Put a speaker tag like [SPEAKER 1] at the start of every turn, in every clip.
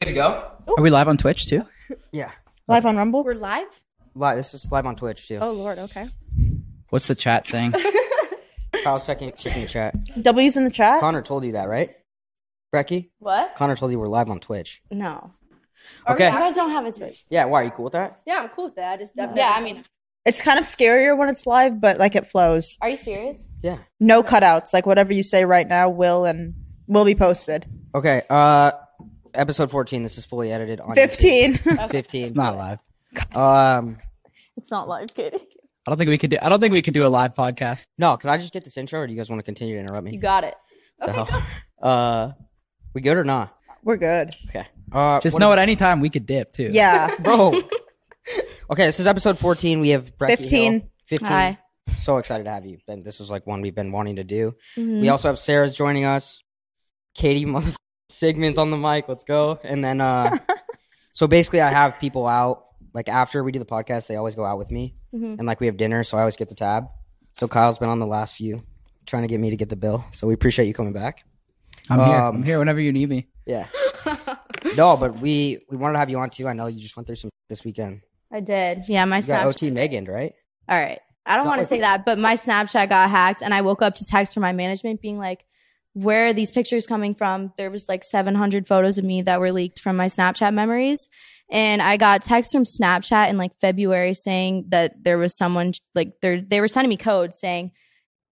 [SPEAKER 1] Good to go.
[SPEAKER 2] Are we live on Twitch too?
[SPEAKER 3] Yeah.
[SPEAKER 4] Live on Rumble?
[SPEAKER 5] We're live?
[SPEAKER 3] Live. This is live on Twitch too.
[SPEAKER 5] Oh, Lord. Okay.
[SPEAKER 2] What's the chat saying?
[SPEAKER 3] Kyle's checking, checking the chat.
[SPEAKER 4] W's in the chat?
[SPEAKER 3] Connor told you that, right? Brecky?
[SPEAKER 5] What?
[SPEAKER 3] Connor told you we're live on Twitch.
[SPEAKER 4] no.
[SPEAKER 5] Are we
[SPEAKER 3] Okay.
[SPEAKER 5] live?
[SPEAKER 4] I don't have a Twitch.
[SPEAKER 3] Yeah, why? Are you cool with that?
[SPEAKER 5] Yeah, I'm cool with that. I just, I've
[SPEAKER 4] Yeah,
[SPEAKER 5] never-
[SPEAKER 4] I mean, it's kind of scarier when it's live, but like it flows.
[SPEAKER 5] are you serious?
[SPEAKER 3] Yeah.
[SPEAKER 4] No cutouts. Like whatever you say right now will and will be posted.
[SPEAKER 3] Okay. Uh, episode 14. This is fully edited on
[SPEAKER 4] 15.
[SPEAKER 5] Oh.
[SPEAKER 3] YouTube. 15.
[SPEAKER 2] It's not live.
[SPEAKER 3] Um,
[SPEAKER 5] It's not live, Katie.
[SPEAKER 2] I don't think we could do. I don't think we could do a live podcast.
[SPEAKER 3] no, can I just get this intro or do you guys want to continue to interrupt me?
[SPEAKER 5] You got it.
[SPEAKER 3] The
[SPEAKER 5] Okay.
[SPEAKER 3] hell? Uh, we good or not?
[SPEAKER 4] We're good.
[SPEAKER 3] Okay. Uh,
[SPEAKER 2] Just
[SPEAKER 3] what
[SPEAKER 2] know
[SPEAKER 3] is-
[SPEAKER 2] at any time we could dip too.
[SPEAKER 4] Yeah.
[SPEAKER 3] Bro. okay, this is episode 14. We have Brecky
[SPEAKER 4] 15.
[SPEAKER 3] Hill. 15.
[SPEAKER 5] Hi.
[SPEAKER 3] So excited to have you. And this is like one we've been wanting to do.
[SPEAKER 5] Mm-hmm.
[SPEAKER 3] We also have Sarah's joining us. Katie mother Sigmund's on the mic. Let's go. And then uh so basically I have people out like after we do the podcast, they always go out with me.
[SPEAKER 5] Mhm.
[SPEAKER 3] And like we have dinner, so I always get the tab. So Kyle's been on the last few trying to get me to get the bill. So we appreciate you coming back.
[SPEAKER 2] I'm here.
[SPEAKER 3] Um,
[SPEAKER 2] I'm here whenever you need me.
[SPEAKER 3] Yeah. No, but we we wanted to have you on too. I know you just went through some this weekend.
[SPEAKER 5] I did. Yeah, my
[SPEAKER 3] You got
[SPEAKER 5] Snapchat.
[SPEAKER 3] OT Megan, right?
[SPEAKER 5] All right. I don't
[SPEAKER 3] No,
[SPEAKER 5] want to
[SPEAKER 3] it's-
[SPEAKER 5] say that, but my Snapchat got hacked and I woke up to text from my management being like, where are these pictures coming from? There was like 700 photos of me that were leaked from my Snapchat memories. And I got text from Snapchat in like February saying that there was someone like they they were sending me code saying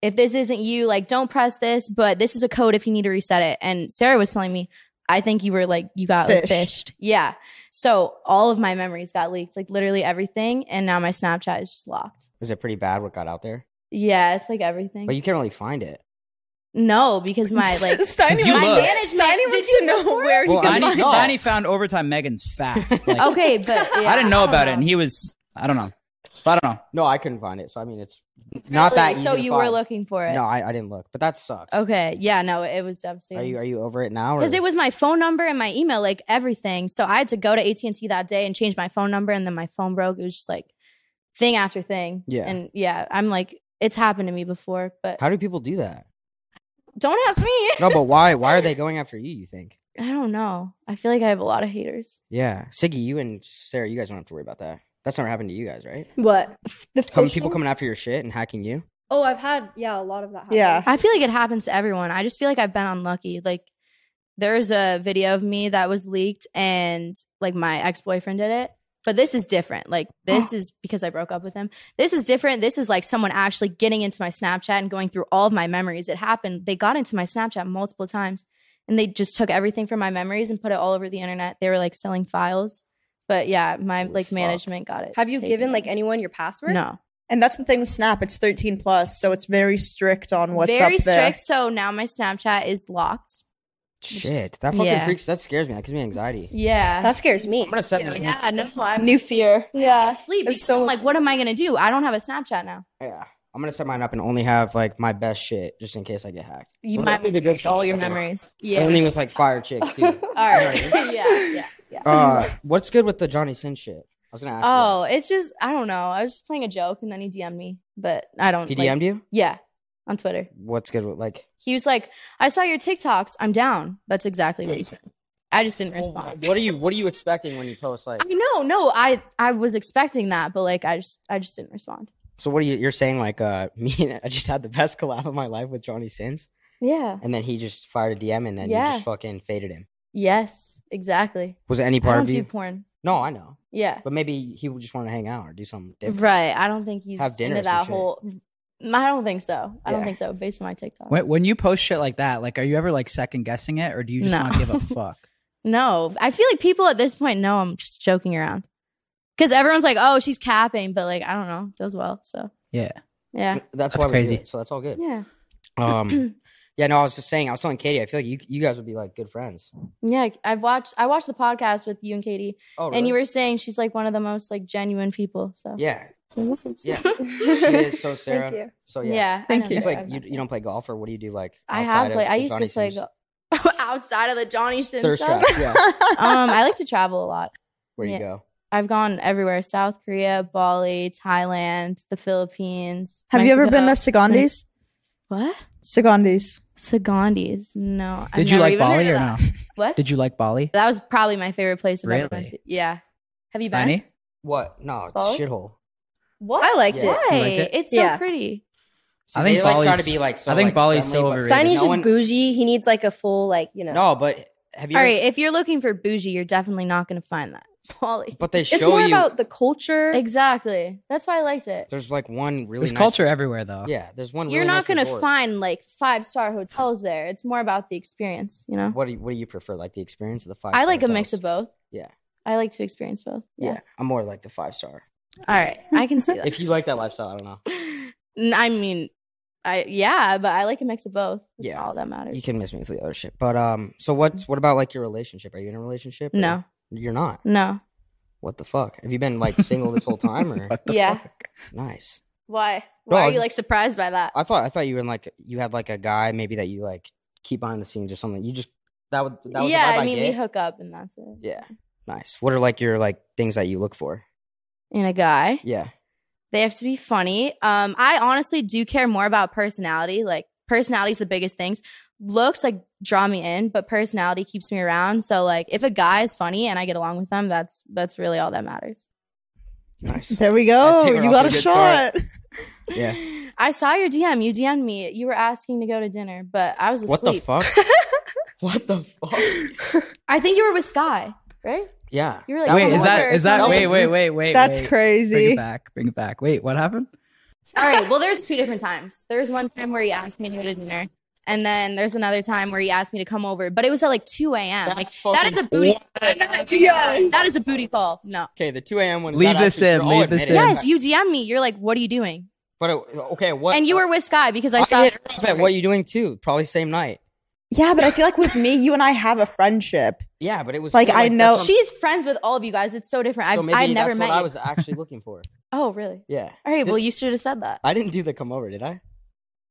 [SPEAKER 5] if this isn't you, like don't press this, but this is a code if you need to reset it. And Sarah was telling me, I think you were like you got like,
[SPEAKER 4] Fished.
[SPEAKER 5] fished. Yeah. So all of my memories got leaked, like literally everything, and now my Snapchat is just locked.
[SPEAKER 3] Was it pretty bad what got out there?
[SPEAKER 5] Yeah, it's like everything.
[SPEAKER 3] But you can't really find it.
[SPEAKER 5] no, because my like
[SPEAKER 4] Steiny
[SPEAKER 2] 'Cause you
[SPEAKER 5] my
[SPEAKER 2] look.
[SPEAKER 5] management.
[SPEAKER 4] Steiny
[SPEAKER 5] did
[SPEAKER 4] wants
[SPEAKER 5] you
[SPEAKER 4] to know
[SPEAKER 5] before?
[SPEAKER 4] where
[SPEAKER 3] Well,
[SPEAKER 4] you can
[SPEAKER 3] I
[SPEAKER 2] Steiny,
[SPEAKER 4] find
[SPEAKER 3] know.
[SPEAKER 2] Steiny found overtime Megan's fast. Like,
[SPEAKER 5] Okay, but Oh, yeah,
[SPEAKER 2] I didn't know
[SPEAKER 5] don't
[SPEAKER 2] about it, and
[SPEAKER 5] know.
[SPEAKER 2] he was. I don't know. But I don't know.
[SPEAKER 3] No, I couldn't find it. So I mean, it's not that
[SPEAKER 5] Really?
[SPEAKER 3] easy.
[SPEAKER 5] So
[SPEAKER 3] to
[SPEAKER 5] you were
[SPEAKER 3] find.
[SPEAKER 5] looking for it.
[SPEAKER 3] No, I, I didn't look, but that sucks.
[SPEAKER 5] Okay. Yeah. No, it was
[SPEAKER 3] Are you
[SPEAKER 5] devastating.
[SPEAKER 3] are you over it now? or-
[SPEAKER 5] Because it was my phone number and my email, like everything. So I had to go to AT and T that day and change my phone number, and then my phone broke. It was just like thing after thing.
[SPEAKER 3] Yeah.
[SPEAKER 5] And yeah, I'm like, it's happened to me before, but
[SPEAKER 3] How do people do that?
[SPEAKER 5] don't ask me.
[SPEAKER 3] No, but why why are they going after you? You think?
[SPEAKER 5] I don't know. I feel like I have a lot of haters.
[SPEAKER 3] Yeah, Siggy, you and Sarah, you guys don't have to worry about that. That's never happened to you guys, right?
[SPEAKER 6] What? The
[SPEAKER 3] Come,
[SPEAKER 6] fish
[SPEAKER 3] people
[SPEAKER 6] thing?
[SPEAKER 3] coming after your shit and hacking you.
[SPEAKER 6] Oh, I've had yeah a lot of that. Happen.
[SPEAKER 4] Yeah.
[SPEAKER 5] I feel like it happens to everyone. I just feel like I've been unlucky. Like there's a video of me that was leaked and like my ex-boyfriend did it. But this is different. Like this
[SPEAKER 6] Oh.
[SPEAKER 5] is because I broke up with him. This is different. This is like someone actually getting into my Snapchat and going through all of my memories. It happened. They got into my Snapchat multiple times and they just took everything from my memories and put it all over the internet. They were like selling files. But yeah, my
[SPEAKER 3] Holy
[SPEAKER 5] like
[SPEAKER 3] fuck.
[SPEAKER 5] management got it.
[SPEAKER 6] Have you
[SPEAKER 5] taken
[SPEAKER 6] given
[SPEAKER 5] down.
[SPEAKER 6] like anyone your password?
[SPEAKER 5] No.
[SPEAKER 4] And that's the thing with Snap. It's 13 plus, so it's very strict on what's
[SPEAKER 5] Very
[SPEAKER 4] up there.
[SPEAKER 5] strict. So now my Snapchat is locked.
[SPEAKER 3] Shit, that fucking
[SPEAKER 5] Yeah.
[SPEAKER 3] freaks. That scares me. That gives me anxiety.
[SPEAKER 5] Yeah.
[SPEAKER 6] That scares me.
[SPEAKER 3] I'm gonna set. me-
[SPEAKER 5] Yeah, no, I'm
[SPEAKER 4] New fear.
[SPEAKER 5] yeah asleep.
[SPEAKER 6] There's
[SPEAKER 5] Because
[SPEAKER 6] so-
[SPEAKER 5] I'm like, what am I gonna do? I don't have a Snapchat now.
[SPEAKER 3] Yeah, I'm gonna set mine up and only have like my best shit just in case I get hacked.
[SPEAKER 5] You
[SPEAKER 3] Well,
[SPEAKER 5] might
[SPEAKER 3] that'd be the good
[SPEAKER 5] all your
[SPEAKER 3] shit.
[SPEAKER 5] memories. Yeah.
[SPEAKER 3] Only with like fire chicks too.
[SPEAKER 5] All right. yeah. Yeah.
[SPEAKER 3] uh, what's good with the Johnny Sin shit? I was gonna ask. you that.
[SPEAKER 5] Oh, it's just I don't know. I was just playing a joke and then he DM'd me, but I don't.
[SPEAKER 3] He
[SPEAKER 5] like-
[SPEAKER 3] DM'd you?
[SPEAKER 5] yeah, on Twitter.
[SPEAKER 3] What's good with like
[SPEAKER 5] He was like, "I saw your TikToks. I'm down." That's exactly what he said. I just
[SPEAKER 3] Oh
[SPEAKER 5] didn't respond.
[SPEAKER 3] what are you what are you expecting when you post like
[SPEAKER 5] I know, no, I I was expecting that, but like I just I just didn't respond.
[SPEAKER 3] so what are you you're saying like uh me and I just had the best collab of my life with Johnny Sins
[SPEAKER 5] Yeah.
[SPEAKER 3] and then he just fired a DM and then you
[SPEAKER 5] Yeah.
[SPEAKER 3] just fucking faded him.
[SPEAKER 5] Yes. Exactly.
[SPEAKER 3] Was it any
[SPEAKER 5] I
[SPEAKER 3] part
[SPEAKER 5] don't
[SPEAKER 3] of
[SPEAKER 5] do
[SPEAKER 3] you?
[SPEAKER 5] porn.
[SPEAKER 3] no, I know.
[SPEAKER 5] Yeah.
[SPEAKER 3] But maybe he would just want to hang out or do something different.
[SPEAKER 5] Right. I don't think he's
[SPEAKER 3] Have dinner or
[SPEAKER 5] into
[SPEAKER 3] some
[SPEAKER 5] that
[SPEAKER 3] shit.
[SPEAKER 5] whole. I don't think so. I
[SPEAKER 3] Yeah.
[SPEAKER 5] don't think so. Based on my TikTok.
[SPEAKER 2] When, when you post shit like that, like, are you ever like second guessing it, or do you just
[SPEAKER 5] No.
[SPEAKER 2] not give a fuck?
[SPEAKER 5] No, I feel like people at this point know I'm just joking around because everyone's like, "Oh, she's capping," but like I don't know, does well. So
[SPEAKER 2] Yeah.
[SPEAKER 5] yeah,
[SPEAKER 3] That's,
[SPEAKER 2] That's
[SPEAKER 3] why crazy.
[SPEAKER 2] crazy.
[SPEAKER 3] so that's all good.
[SPEAKER 5] yeah,
[SPEAKER 3] Um Yeah, no, I was just saying I was telling Katie, I feel like you you guys would be like good friends.
[SPEAKER 5] yeah. I've watched I watched the podcast with you and Katie,
[SPEAKER 3] Oh
[SPEAKER 5] and you
[SPEAKER 3] really?
[SPEAKER 5] were saying she's like one of the most like genuine people. So
[SPEAKER 3] Yeah. Yeah. She
[SPEAKER 6] Thank
[SPEAKER 3] is so Sarah.
[SPEAKER 6] you.
[SPEAKER 3] So Oh, yeah.
[SPEAKER 5] yeah. I
[SPEAKER 4] Thank
[SPEAKER 5] know
[SPEAKER 4] you.
[SPEAKER 3] You,
[SPEAKER 5] Sarah,
[SPEAKER 3] play,
[SPEAKER 5] I've
[SPEAKER 3] you,
[SPEAKER 5] met
[SPEAKER 3] you don't play golf, or what do you do? Like
[SPEAKER 5] Sarah. I
[SPEAKER 3] outside
[SPEAKER 5] have
[SPEAKER 3] of
[SPEAKER 5] played. I
[SPEAKER 3] the
[SPEAKER 5] used
[SPEAKER 3] Johnny
[SPEAKER 5] to play
[SPEAKER 3] Sins?
[SPEAKER 5] go- outside of the Johnny Sin
[SPEAKER 3] thirst
[SPEAKER 5] stuff.
[SPEAKER 3] trap. Yeah,
[SPEAKER 5] um, I like to travel a lot.
[SPEAKER 3] where you
[SPEAKER 5] Yeah.
[SPEAKER 3] go.
[SPEAKER 5] I've gone everywhere: South Korea, Bali, Thailand, the Philippines.
[SPEAKER 4] Have you ever been to
[SPEAKER 5] Mexico.
[SPEAKER 4] Segondi's?
[SPEAKER 5] What?
[SPEAKER 4] Segondis.
[SPEAKER 5] Sagandis. No. I've
[SPEAKER 2] Did you
[SPEAKER 5] never
[SPEAKER 2] like
[SPEAKER 5] even heard
[SPEAKER 2] Bali
[SPEAKER 5] of
[SPEAKER 2] or no?
[SPEAKER 5] that. What?
[SPEAKER 2] Did you like Bali?
[SPEAKER 5] that was probably my favorite place I've ever
[SPEAKER 2] Really?
[SPEAKER 5] been to. Yeah. Have you been?
[SPEAKER 2] Steiny?
[SPEAKER 3] What? No, it's
[SPEAKER 5] Bali?
[SPEAKER 3] shithole.
[SPEAKER 5] What?
[SPEAKER 6] I liked
[SPEAKER 3] it. You
[SPEAKER 5] Why?
[SPEAKER 2] liked it?
[SPEAKER 5] It's so
[SPEAKER 6] Yeah.
[SPEAKER 5] pretty.
[SPEAKER 3] See,
[SPEAKER 2] I think
[SPEAKER 3] they, like, try to
[SPEAKER 2] Bali's-
[SPEAKER 3] be like. So,
[SPEAKER 2] I think
[SPEAKER 3] like,
[SPEAKER 2] Bali's
[SPEAKER 3] friendly,
[SPEAKER 2] so
[SPEAKER 3] but
[SPEAKER 2] overrated.
[SPEAKER 6] Signy's
[SPEAKER 3] no
[SPEAKER 6] just
[SPEAKER 3] one-
[SPEAKER 6] bougie. He needs like a full like you know.
[SPEAKER 3] No, but have you?
[SPEAKER 5] All
[SPEAKER 3] ever-
[SPEAKER 5] right. If you're looking for bougie, you're definitely not going to find that. Bali.
[SPEAKER 3] But they show
[SPEAKER 6] it's more
[SPEAKER 3] you.
[SPEAKER 6] about the culture.
[SPEAKER 5] Exactly. That's why I liked it.
[SPEAKER 3] there's like one really
[SPEAKER 2] There's
[SPEAKER 3] nice-
[SPEAKER 2] culture everywhere though.
[SPEAKER 3] Yeah, there's one.
[SPEAKER 5] You're
[SPEAKER 3] really
[SPEAKER 5] not
[SPEAKER 3] nice
[SPEAKER 5] going to
[SPEAKER 3] resort.
[SPEAKER 5] find like five star hotels there. It's more about the experience, you know?
[SPEAKER 3] What do you, What do you prefer? Like the experience of the five?
[SPEAKER 5] I like a mix of both.
[SPEAKER 3] Yeah.
[SPEAKER 5] I like to experience both.
[SPEAKER 3] Yeah. I'm more like the five star.
[SPEAKER 5] All right. I can see that.
[SPEAKER 3] If you like that lifestyle, I don't know.
[SPEAKER 5] N- I mean, I yeah, but I like a mix of both. That's
[SPEAKER 3] Yeah,
[SPEAKER 5] all that matters.
[SPEAKER 3] You can miss me with the other shit. But um, so what's what about like your relationship? Are you in a relationship? or-
[SPEAKER 5] No,
[SPEAKER 3] you're not.
[SPEAKER 5] no.
[SPEAKER 3] What the fuck? Have you been like single this whole time or
[SPEAKER 2] What the
[SPEAKER 5] Yeah.
[SPEAKER 2] fuck?
[SPEAKER 3] nice?
[SPEAKER 5] Why?
[SPEAKER 3] No,
[SPEAKER 5] Why
[SPEAKER 3] I
[SPEAKER 5] are
[SPEAKER 3] was
[SPEAKER 5] you
[SPEAKER 3] just-
[SPEAKER 5] like surprised by that?
[SPEAKER 3] I thought I thought you were in like you had like a guy maybe that you like keep behind the scenes or something. You just that would that was the
[SPEAKER 5] yeah,
[SPEAKER 3] vibe
[SPEAKER 5] I mean, we
[SPEAKER 3] get.
[SPEAKER 5] hook up and that's it.
[SPEAKER 3] Yeah. Nice. What are like your like things that you look for?
[SPEAKER 5] And a guy,
[SPEAKER 3] Yeah.
[SPEAKER 5] they have to be funny. Um, I honestly do care more about personality. Like personality's the biggest things. Looks like draw me in, but personality keeps me around. So like, if a guy is funny and I get along with them, that's that's really all that matters.
[SPEAKER 3] Nice.
[SPEAKER 4] There we
[SPEAKER 3] I'd
[SPEAKER 4] go.
[SPEAKER 3] say we're off
[SPEAKER 4] You got
[SPEAKER 3] to
[SPEAKER 4] a
[SPEAKER 3] a good start.
[SPEAKER 4] shot.
[SPEAKER 3] Yeah.
[SPEAKER 5] I saw your DM. You DM'd me. You were asking to go to dinner, but I was asleep.
[SPEAKER 3] What the fuck? what the fuck?
[SPEAKER 5] I think you were with Sky, right?
[SPEAKER 3] Yeah.
[SPEAKER 5] You were like,
[SPEAKER 2] Wait,
[SPEAKER 5] "I'm
[SPEAKER 2] is
[SPEAKER 5] older,"
[SPEAKER 2] that is that
[SPEAKER 5] so-
[SPEAKER 2] wait, wait, wait, wait.
[SPEAKER 4] That's
[SPEAKER 2] wait. Bring it
[SPEAKER 4] crazy.
[SPEAKER 2] back. Bring it back. Wait, what happened?
[SPEAKER 5] All right. Well, there's two different times. There's one time where he asked me to go to dinner, and then there's another time where he asked me to come over, but it was at like 2 a.m. Like that is a booty. That is a booty call. No.
[SPEAKER 3] Okay, the 2 a.m. one. is
[SPEAKER 2] Leave
[SPEAKER 3] not
[SPEAKER 2] this
[SPEAKER 3] actually-
[SPEAKER 2] in,
[SPEAKER 3] you're all
[SPEAKER 2] leave this
[SPEAKER 3] admitting
[SPEAKER 2] in.
[SPEAKER 3] it.
[SPEAKER 5] Yes, you DM me. You're like, what are you doing?
[SPEAKER 3] But it, okay, what?
[SPEAKER 5] And you were with Sky because I saw.
[SPEAKER 3] hit her up at what you doing too? Probably same night.
[SPEAKER 4] Yeah, but I feel like with me, you and I have a friendship.
[SPEAKER 3] Yeah, but it was
[SPEAKER 4] Like,
[SPEAKER 3] still,
[SPEAKER 4] I know-
[SPEAKER 3] that's what
[SPEAKER 5] She's friends with all of you guys. It's so different.
[SPEAKER 3] I'm- So
[SPEAKER 5] I've,
[SPEAKER 3] maybe
[SPEAKER 5] I've never
[SPEAKER 3] that's
[SPEAKER 5] met
[SPEAKER 3] what I
[SPEAKER 5] you.
[SPEAKER 3] was actually looking for.
[SPEAKER 5] Oh, really?
[SPEAKER 3] Yeah.
[SPEAKER 5] All right.
[SPEAKER 3] Did-
[SPEAKER 5] Well, you should have said that.
[SPEAKER 3] I didn't do the come over, did I?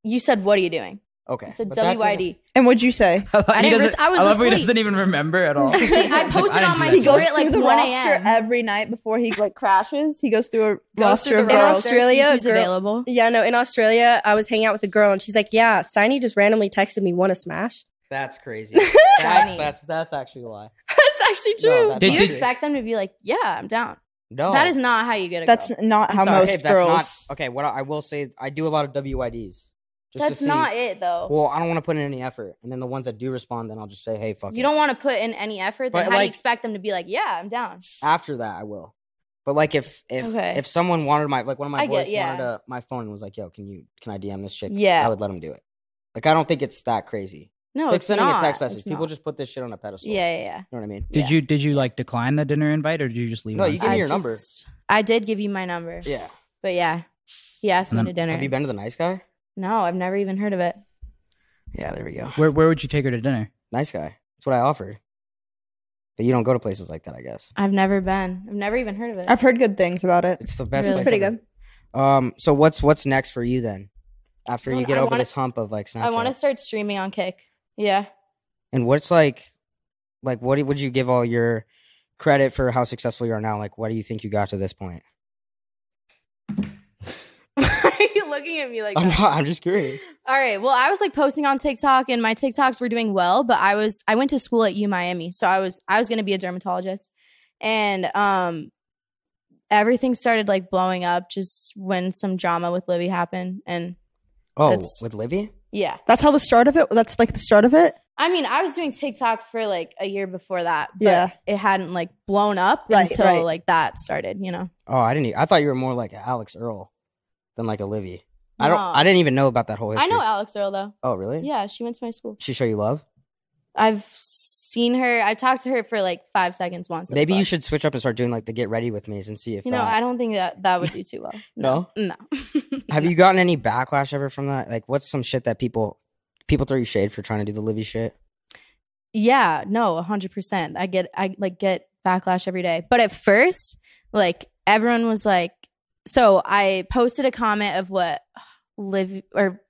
[SPEAKER 5] You said, what are you doing?
[SPEAKER 3] Okay.
[SPEAKER 5] I said,
[SPEAKER 3] but that doesn't-
[SPEAKER 5] WYD.
[SPEAKER 4] And what'd you say?
[SPEAKER 2] I, love- he
[SPEAKER 5] didn't
[SPEAKER 2] doesn't-
[SPEAKER 5] res- I was
[SPEAKER 2] I love how he
[SPEAKER 5] asleep.
[SPEAKER 2] doesn't even remember at all. He's like,
[SPEAKER 5] I posted
[SPEAKER 2] didn't
[SPEAKER 5] on my
[SPEAKER 2] do
[SPEAKER 4] He
[SPEAKER 2] that.
[SPEAKER 5] story
[SPEAKER 4] goes
[SPEAKER 5] at, like,
[SPEAKER 4] through the
[SPEAKER 5] 1
[SPEAKER 4] roster
[SPEAKER 5] a.m..
[SPEAKER 4] every night before he like crashes. He goes through a roster
[SPEAKER 5] Go
[SPEAKER 4] of
[SPEAKER 5] through the
[SPEAKER 4] girls.
[SPEAKER 5] roster,
[SPEAKER 6] Australia,
[SPEAKER 5] see who's
[SPEAKER 6] girl-
[SPEAKER 5] available.
[SPEAKER 6] Yeah, no. In Australia, I was hanging out with a girl, and she's like, "Yeah, Steiny just randomly texted me, want to smash."
[SPEAKER 3] That's crazy. that's,
[SPEAKER 5] Funny.
[SPEAKER 3] that's that's actually a lie.
[SPEAKER 5] That's actually
[SPEAKER 3] No,
[SPEAKER 5] true.
[SPEAKER 3] that's Oh.
[SPEAKER 5] Do you
[SPEAKER 3] not true.
[SPEAKER 5] expect them to be like, yeah, I'm down?
[SPEAKER 3] No,
[SPEAKER 5] That is not how you get a
[SPEAKER 4] That's
[SPEAKER 5] girl.
[SPEAKER 4] not
[SPEAKER 5] I'm
[SPEAKER 4] how
[SPEAKER 5] sorry.
[SPEAKER 4] most
[SPEAKER 3] okay, that's
[SPEAKER 4] girls.
[SPEAKER 3] Not, okay, what I, I will say, I do a lot of WIDs. Just
[SPEAKER 5] That's
[SPEAKER 3] to see,
[SPEAKER 5] not it though.
[SPEAKER 3] Well, I don't want to put in any effort, and then the ones that do respond, then I'll just say, "Hey, fuck."
[SPEAKER 5] you
[SPEAKER 3] it.
[SPEAKER 5] don't want to put in any effort. Then
[SPEAKER 3] But,
[SPEAKER 5] how do
[SPEAKER 3] like-
[SPEAKER 5] you expect them to be like, yeah, I'm down?
[SPEAKER 3] After that, I will. But like, if if
[SPEAKER 5] Okay.
[SPEAKER 3] if someone wanted my like one of my
[SPEAKER 5] I
[SPEAKER 3] boys
[SPEAKER 5] get- yeah.
[SPEAKER 3] wanted uh my phone and was like, "Yo, can you can I DM this chick?"
[SPEAKER 5] Yeah.
[SPEAKER 3] I would let him do it. Like, I don't think it's that crazy.
[SPEAKER 5] No,
[SPEAKER 3] it's like
[SPEAKER 5] it's
[SPEAKER 3] sending
[SPEAKER 5] not.
[SPEAKER 3] a text
[SPEAKER 5] It's
[SPEAKER 3] message. People
[SPEAKER 5] not.
[SPEAKER 3] just put this shit on a pedestal.
[SPEAKER 5] yeah, yeah, yeah.
[SPEAKER 3] you know what I mean.
[SPEAKER 2] Did you did you like decline the dinner invite or did you just leave?
[SPEAKER 3] No,
[SPEAKER 2] it on
[SPEAKER 3] you give me
[SPEAKER 5] I
[SPEAKER 2] site?
[SPEAKER 3] your number.
[SPEAKER 5] just- I did give you my number.
[SPEAKER 3] Yeah.
[SPEAKER 5] but yeah, he asked me
[SPEAKER 2] And
[SPEAKER 5] to dinner.
[SPEAKER 3] Have you been to the nice guy?
[SPEAKER 5] No, I've never even heard of it.
[SPEAKER 3] Yeah, there we go.
[SPEAKER 2] Where where would you take her to dinner?
[SPEAKER 3] Nice guy. That's what I offered. But you don't go to places like that, I guess.
[SPEAKER 5] I've never been. I've never even heard of it.
[SPEAKER 4] I've heard good things about it.
[SPEAKER 3] It's the best.
[SPEAKER 5] Really?
[SPEAKER 3] place
[SPEAKER 5] It's
[SPEAKER 6] Pretty
[SPEAKER 3] ever.
[SPEAKER 6] good.
[SPEAKER 3] Um. So what's what's next for you then? After
[SPEAKER 5] Um,
[SPEAKER 3] you get
[SPEAKER 5] I
[SPEAKER 3] over
[SPEAKER 5] wanna-
[SPEAKER 3] this hump of like Snapchat.
[SPEAKER 5] I want to start streaming on Kick. Yeah,
[SPEAKER 3] And what's like, like what would you give all your credit for how successful you are now? Like, what do you think you got to this point?
[SPEAKER 5] why are you looking at me like?
[SPEAKER 3] I'm
[SPEAKER 5] that?
[SPEAKER 3] not. I'm just curious.
[SPEAKER 5] All right. Well, I was like posting on TikTok and my TikToks were doing well, but I was I went to school at U Miami. So I was I was going to be a dermatologist. And um everything started like blowing up just when some drama with Libby happened and
[SPEAKER 3] Oh,
[SPEAKER 5] That's-
[SPEAKER 3] with Livy.
[SPEAKER 5] yeah.
[SPEAKER 4] That's how the start of it. That's like the start of it.
[SPEAKER 5] I mean, I was doing TikTok for like a year before that, but
[SPEAKER 4] Yeah.
[SPEAKER 5] it hadn't like blown up
[SPEAKER 4] Right,
[SPEAKER 5] until
[SPEAKER 4] right.
[SPEAKER 5] like that started, you know.
[SPEAKER 3] Oh, I didn't. e- I thought you were more like Alex Earl than like a Livy. I don't.
[SPEAKER 5] No.
[SPEAKER 3] I didn't even know about that whole history.
[SPEAKER 5] I know Alex Earl though.
[SPEAKER 3] Oh, really?
[SPEAKER 5] Yeah, she went to my school.
[SPEAKER 3] She show you love.
[SPEAKER 5] I've seen her. I talked to her for like 5 seconds once. at the
[SPEAKER 3] Maybe you
[SPEAKER 5] bus.
[SPEAKER 3] should switch up and start doing like the get ready with me's and see if
[SPEAKER 5] You know,
[SPEAKER 3] uh,
[SPEAKER 5] I don't think that that would do too well.
[SPEAKER 3] No?
[SPEAKER 5] No.
[SPEAKER 3] Have you gotten any backlash ever from that? Like, what's some shit that people people throw you shade for trying to do the Livy shit?
[SPEAKER 5] Yeah, no, 100%. I get I like get backlash every day. But at first, like everyone was like so I posted a comment of what Liv or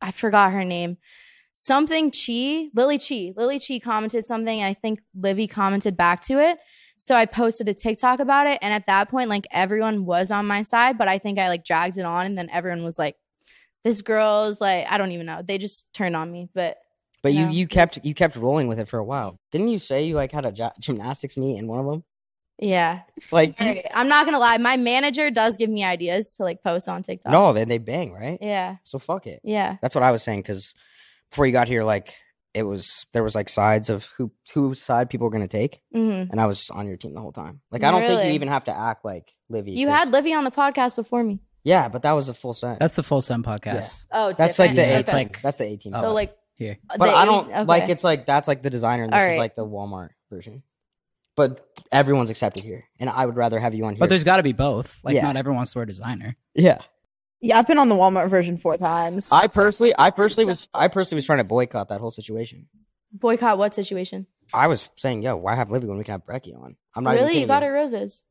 [SPEAKER 5] I forgot her name. Something Chi, Lily Chi. Lily Chi commented something and I think Livy commented back to it. So I posted a TikTok about it and at that point like everyone was on my side, but I think I like dragged it on and then everyone was like this girl's like I don't even know. They just turned on me, but
[SPEAKER 3] But you
[SPEAKER 5] No,
[SPEAKER 3] you
[SPEAKER 5] it
[SPEAKER 3] kept you kept rolling with it for a while. Didn't you say you like had a gi- gymnastics meet in one of them?
[SPEAKER 5] yeah.
[SPEAKER 3] Like
[SPEAKER 5] Alright, I'm not gonna lie, my manager does give me ideas to like post on TikTok.
[SPEAKER 3] no, then they bang right.
[SPEAKER 5] Yeah.
[SPEAKER 3] So fuck it.
[SPEAKER 5] Yeah.
[SPEAKER 3] That's what I was saying because before you got here, like it was there was like sides of who who side people were gonna take,
[SPEAKER 5] hmm
[SPEAKER 3] and I was on your team the whole time. Like I don't think you
[SPEAKER 5] Really?
[SPEAKER 3] even have to act like Livy.
[SPEAKER 5] You
[SPEAKER 3] 'cause-
[SPEAKER 5] had Livy on the podcast before me.
[SPEAKER 3] yeah, but that was a full sentence.
[SPEAKER 2] That's the full sun podcast.
[SPEAKER 5] Oh, it's
[SPEAKER 3] That's like oh, the
[SPEAKER 5] different?
[SPEAKER 2] Yeah,
[SPEAKER 3] eighteen.
[SPEAKER 2] it's
[SPEAKER 5] Okay.
[SPEAKER 2] like-
[SPEAKER 3] that's the eighteen.
[SPEAKER 5] so like uh,
[SPEAKER 2] Yeah.
[SPEAKER 3] but
[SPEAKER 5] the
[SPEAKER 3] I don't
[SPEAKER 5] eight- okay.
[SPEAKER 3] like it's like that's like the designer. And this is
[SPEAKER 5] Alright.
[SPEAKER 3] like the Walmart version. But everyone's accepted here, and I would rather have you on here.
[SPEAKER 2] But there's got to be both. Like
[SPEAKER 3] Yeah.
[SPEAKER 2] not everyone wants to wear designer.
[SPEAKER 3] yeah,
[SPEAKER 4] Yeah, I've been on the Walmart version four times.
[SPEAKER 3] I personally, I personally was, I personally was trying to boycott that whole situation.
[SPEAKER 5] boycott what situation?
[SPEAKER 3] I was saying, yo, why have Libby when we can have Brecky on? I'm not even
[SPEAKER 5] Really? You
[SPEAKER 3] kidding
[SPEAKER 5] got her roses.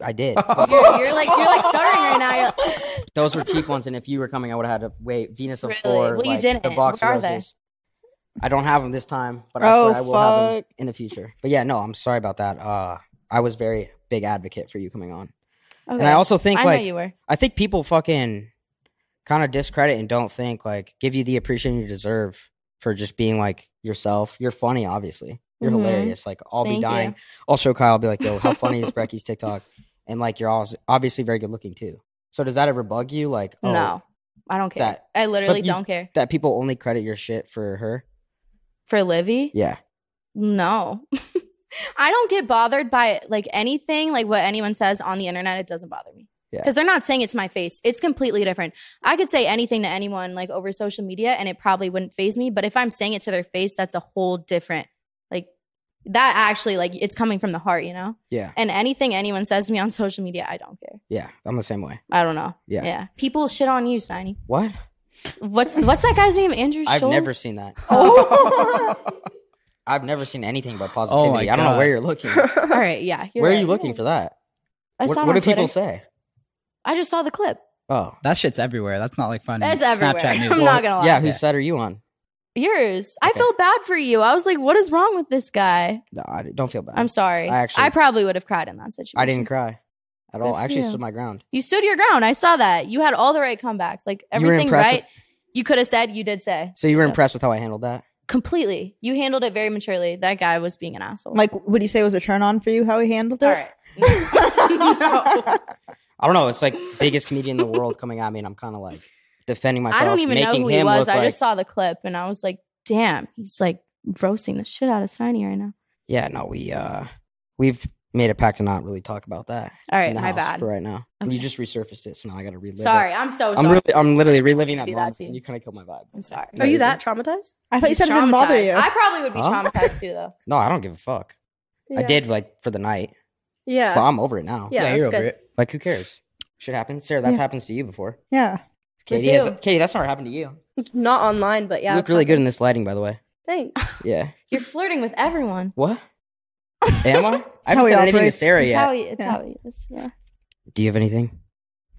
[SPEAKER 3] I did.
[SPEAKER 5] You're, you're like you're like stuttering right now. You're-
[SPEAKER 3] Those were cheap ones, and if you were coming, I would have had to wait. Venus of
[SPEAKER 5] Really?
[SPEAKER 3] Four,
[SPEAKER 5] Well, you
[SPEAKER 3] like, the
[SPEAKER 5] didn't.
[SPEAKER 3] box
[SPEAKER 5] Where
[SPEAKER 3] of
[SPEAKER 5] are they?
[SPEAKER 3] roses. I don't have them this time, but I
[SPEAKER 4] Oh,
[SPEAKER 3] swear I will have them
[SPEAKER 4] fuck.
[SPEAKER 3] in the future. But yeah, no, I'm sorry about that. Uh, I was very big advocate for you coming on, and
[SPEAKER 5] Okay.
[SPEAKER 3] I also think
[SPEAKER 5] I
[SPEAKER 3] like
[SPEAKER 5] know you were.
[SPEAKER 3] I think people fucking kind of discredit and don't think like give you the appreciation you deserve for just being like yourself. You're funny, obviously. You're
[SPEAKER 5] Mhm.
[SPEAKER 3] hilarious. Like I'll be
[SPEAKER 5] Thank
[SPEAKER 3] dying. I'll show Kyle. I'll be like, yo, how funny is Brecky's TikTok? And like you're all obviously very good looking too. So does that ever bug you? Like oh,
[SPEAKER 5] no, I don't care.
[SPEAKER 3] that-
[SPEAKER 5] I literally
[SPEAKER 3] you-
[SPEAKER 5] don't care
[SPEAKER 3] that people only credit your shit for her.
[SPEAKER 5] for Livy.
[SPEAKER 3] Yeah,
[SPEAKER 5] No, I don't get bothered by like anything like what anyone says on the internet. It doesn't bother me
[SPEAKER 3] Yeah.
[SPEAKER 5] because they're not saying it's my face. It's completely different. I could say anything to anyone like over social media, and it probably wouldn't phase me. But if I'm saying it to their face, that's a whole different like that. Actually, like it's coming from the heart, you know.
[SPEAKER 3] yeah,
[SPEAKER 5] And anything anyone says to me on social media, I don't care.
[SPEAKER 3] yeah. I'm the same way.
[SPEAKER 5] I don't know.
[SPEAKER 3] Yeah.
[SPEAKER 5] yeah. People shit on you, Steiny.
[SPEAKER 3] What?
[SPEAKER 5] What's what's that guy's name? Andrew.
[SPEAKER 3] I've
[SPEAKER 5] Schultz?
[SPEAKER 3] never seen that.
[SPEAKER 4] Oh.
[SPEAKER 3] I've never seen anything but
[SPEAKER 2] Oh my
[SPEAKER 3] positivity. I don't know
[SPEAKER 2] God.
[SPEAKER 3] where you're looking.
[SPEAKER 5] All right, yeah. you're
[SPEAKER 3] where are
[SPEAKER 5] right.
[SPEAKER 3] you looking for that?
[SPEAKER 5] I
[SPEAKER 3] what
[SPEAKER 5] saw it
[SPEAKER 3] what
[SPEAKER 5] on
[SPEAKER 3] do people
[SPEAKER 5] Twitter.
[SPEAKER 3] say?
[SPEAKER 5] I just saw the clip.
[SPEAKER 3] Oh,
[SPEAKER 2] That shit's everywhere. That's not like funny.
[SPEAKER 5] It's everywhere.
[SPEAKER 2] Snapchat news.
[SPEAKER 5] I'm not gonna lie.
[SPEAKER 3] yeah. Whose
[SPEAKER 2] Yeah.
[SPEAKER 3] side are you on?
[SPEAKER 5] Yours. I
[SPEAKER 3] Okay.
[SPEAKER 5] felt bad for you. I was like, what is wrong with this guy?
[SPEAKER 3] No, I d- don't feel bad.
[SPEAKER 5] I'm sorry.
[SPEAKER 3] I actually-
[SPEAKER 5] I probably would have cried in that situation.
[SPEAKER 3] I didn't cry at all.
[SPEAKER 5] Good
[SPEAKER 3] I actually
[SPEAKER 5] for you.
[SPEAKER 3] stood my ground.
[SPEAKER 5] You stood your ground. I saw that. You had all the right comebacks. Like
[SPEAKER 3] You were
[SPEAKER 5] everything
[SPEAKER 3] impressive.
[SPEAKER 5] right. You could have said. You did say
[SPEAKER 3] So you were
[SPEAKER 5] Yeah.
[SPEAKER 3] impressed with how I handled that?
[SPEAKER 5] completely. You handled it very maturely. That guy was being an asshole.
[SPEAKER 4] Like, would you say it was a turn on for you how he handled it?
[SPEAKER 5] all right. No.
[SPEAKER 3] I don't know. It's like biggest comedian in the world coming at me, and I'm kind of like defending myself.
[SPEAKER 5] I don't even know
[SPEAKER 3] making
[SPEAKER 5] who
[SPEAKER 3] him
[SPEAKER 5] he was.
[SPEAKER 3] Look
[SPEAKER 5] I
[SPEAKER 3] like,
[SPEAKER 5] just saw the clip and I was like, damn, he's like roasting the shit out of Steiny right now.
[SPEAKER 3] yeah, no, we uh, we've made a pact to not really talk about that.
[SPEAKER 5] All
[SPEAKER 3] in
[SPEAKER 5] right,
[SPEAKER 3] the
[SPEAKER 5] my
[SPEAKER 3] house
[SPEAKER 5] bad.
[SPEAKER 3] for right now. And You
[SPEAKER 5] Okay.
[SPEAKER 3] just resurfaced it, so now I got to relive.
[SPEAKER 5] Sorry,
[SPEAKER 3] it.
[SPEAKER 5] I'm so
[SPEAKER 3] I'm
[SPEAKER 5] sorry.
[SPEAKER 3] really, I'm literally reliving that
[SPEAKER 5] Do that
[SPEAKER 3] moment,
[SPEAKER 5] to you.
[SPEAKER 3] and you kind of killed my vibe.
[SPEAKER 5] I'm sorry.
[SPEAKER 3] No,
[SPEAKER 6] Are you
[SPEAKER 3] you're
[SPEAKER 6] that
[SPEAKER 3] good.
[SPEAKER 6] traumatized?
[SPEAKER 4] I thought you
[SPEAKER 5] He's
[SPEAKER 4] said it didn't bother
[SPEAKER 5] traumatized.
[SPEAKER 4] you.
[SPEAKER 5] I probably would be
[SPEAKER 3] Huh?
[SPEAKER 5] traumatized too, though.
[SPEAKER 3] No, I don't give a fuck. I
[SPEAKER 6] Yeah.
[SPEAKER 3] did like for the night, but
[SPEAKER 6] Yeah.
[SPEAKER 3] I'm over it now.
[SPEAKER 6] Yeah,
[SPEAKER 2] you're
[SPEAKER 6] that's
[SPEAKER 2] over
[SPEAKER 6] good.
[SPEAKER 2] it.
[SPEAKER 3] Like who cares? Shit happens, Sarah. That's happens to you before.
[SPEAKER 4] yeah.
[SPEAKER 3] Katie, has,
[SPEAKER 5] you.
[SPEAKER 3] Katie, that's never happened to you.
[SPEAKER 6] Not online, but yeah.
[SPEAKER 3] you
[SPEAKER 6] it's
[SPEAKER 3] look really good
[SPEAKER 6] happened.
[SPEAKER 3] in this lighting, by the way.
[SPEAKER 6] Thanks.
[SPEAKER 3] Yeah.
[SPEAKER 5] You're flirting with everyone.
[SPEAKER 3] What? Am I? I haven't
[SPEAKER 4] how he
[SPEAKER 3] said anything to
[SPEAKER 4] operates.
[SPEAKER 3] Sarah
[SPEAKER 5] It's how
[SPEAKER 3] yet.
[SPEAKER 5] he, it's
[SPEAKER 4] Yeah.
[SPEAKER 5] how he is. Yeah.
[SPEAKER 3] Do you have anything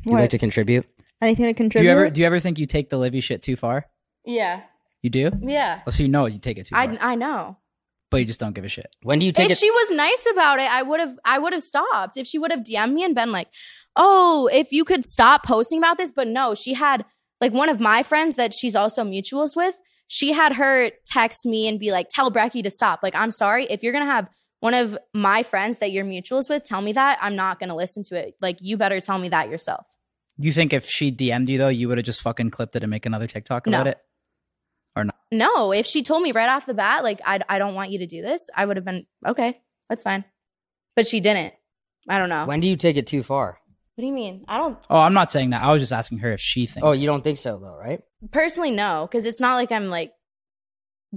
[SPEAKER 3] you'd
[SPEAKER 4] What?
[SPEAKER 3] like to contribute?
[SPEAKER 4] Anything to
[SPEAKER 2] Do
[SPEAKER 4] contribute?
[SPEAKER 2] you ever do you ever think you take the Livy shit too far?
[SPEAKER 5] Yeah.
[SPEAKER 2] You do?
[SPEAKER 5] Yeah.
[SPEAKER 2] Well, so you know you take it too far,
[SPEAKER 5] I, I know.
[SPEAKER 2] but you just don't give a shit.
[SPEAKER 3] When do you take
[SPEAKER 5] if
[SPEAKER 3] it?
[SPEAKER 5] she was nice about it, I would have I would have stopped. If she would have DM'd me and been like, "Oh, if you could stop posting about this," but no, she had like one of my friends that she's also mutuals with. She had her text me and be like, "Tell Brecky to stop." Like, I'm sorry if you're gonna have one of my friends that you're mutuals with tell me that. I'm not gonna listen to it. Like, you better tell me that yourself.
[SPEAKER 2] You think if she DM'd you though, you would have just fucking clipped it and make another TikTok
[SPEAKER 5] No.
[SPEAKER 2] about it?
[SPEAKER 5] No, if she told me right off the bat, like, I I don't want you to do this, I would have been okay. That's fine. But she didn't. I don't know.
[SPEAKER 3] when do you take it too far?
[SPEAKER 5] what do you mean? I don't
[SPEAKER 2] Oh, I'm not saying that. I was just asking her if she thinks.
[SPEAKER 3] Oh, you don't think so though, right?
[SPEAKER 5] personally no because it's not like i'm like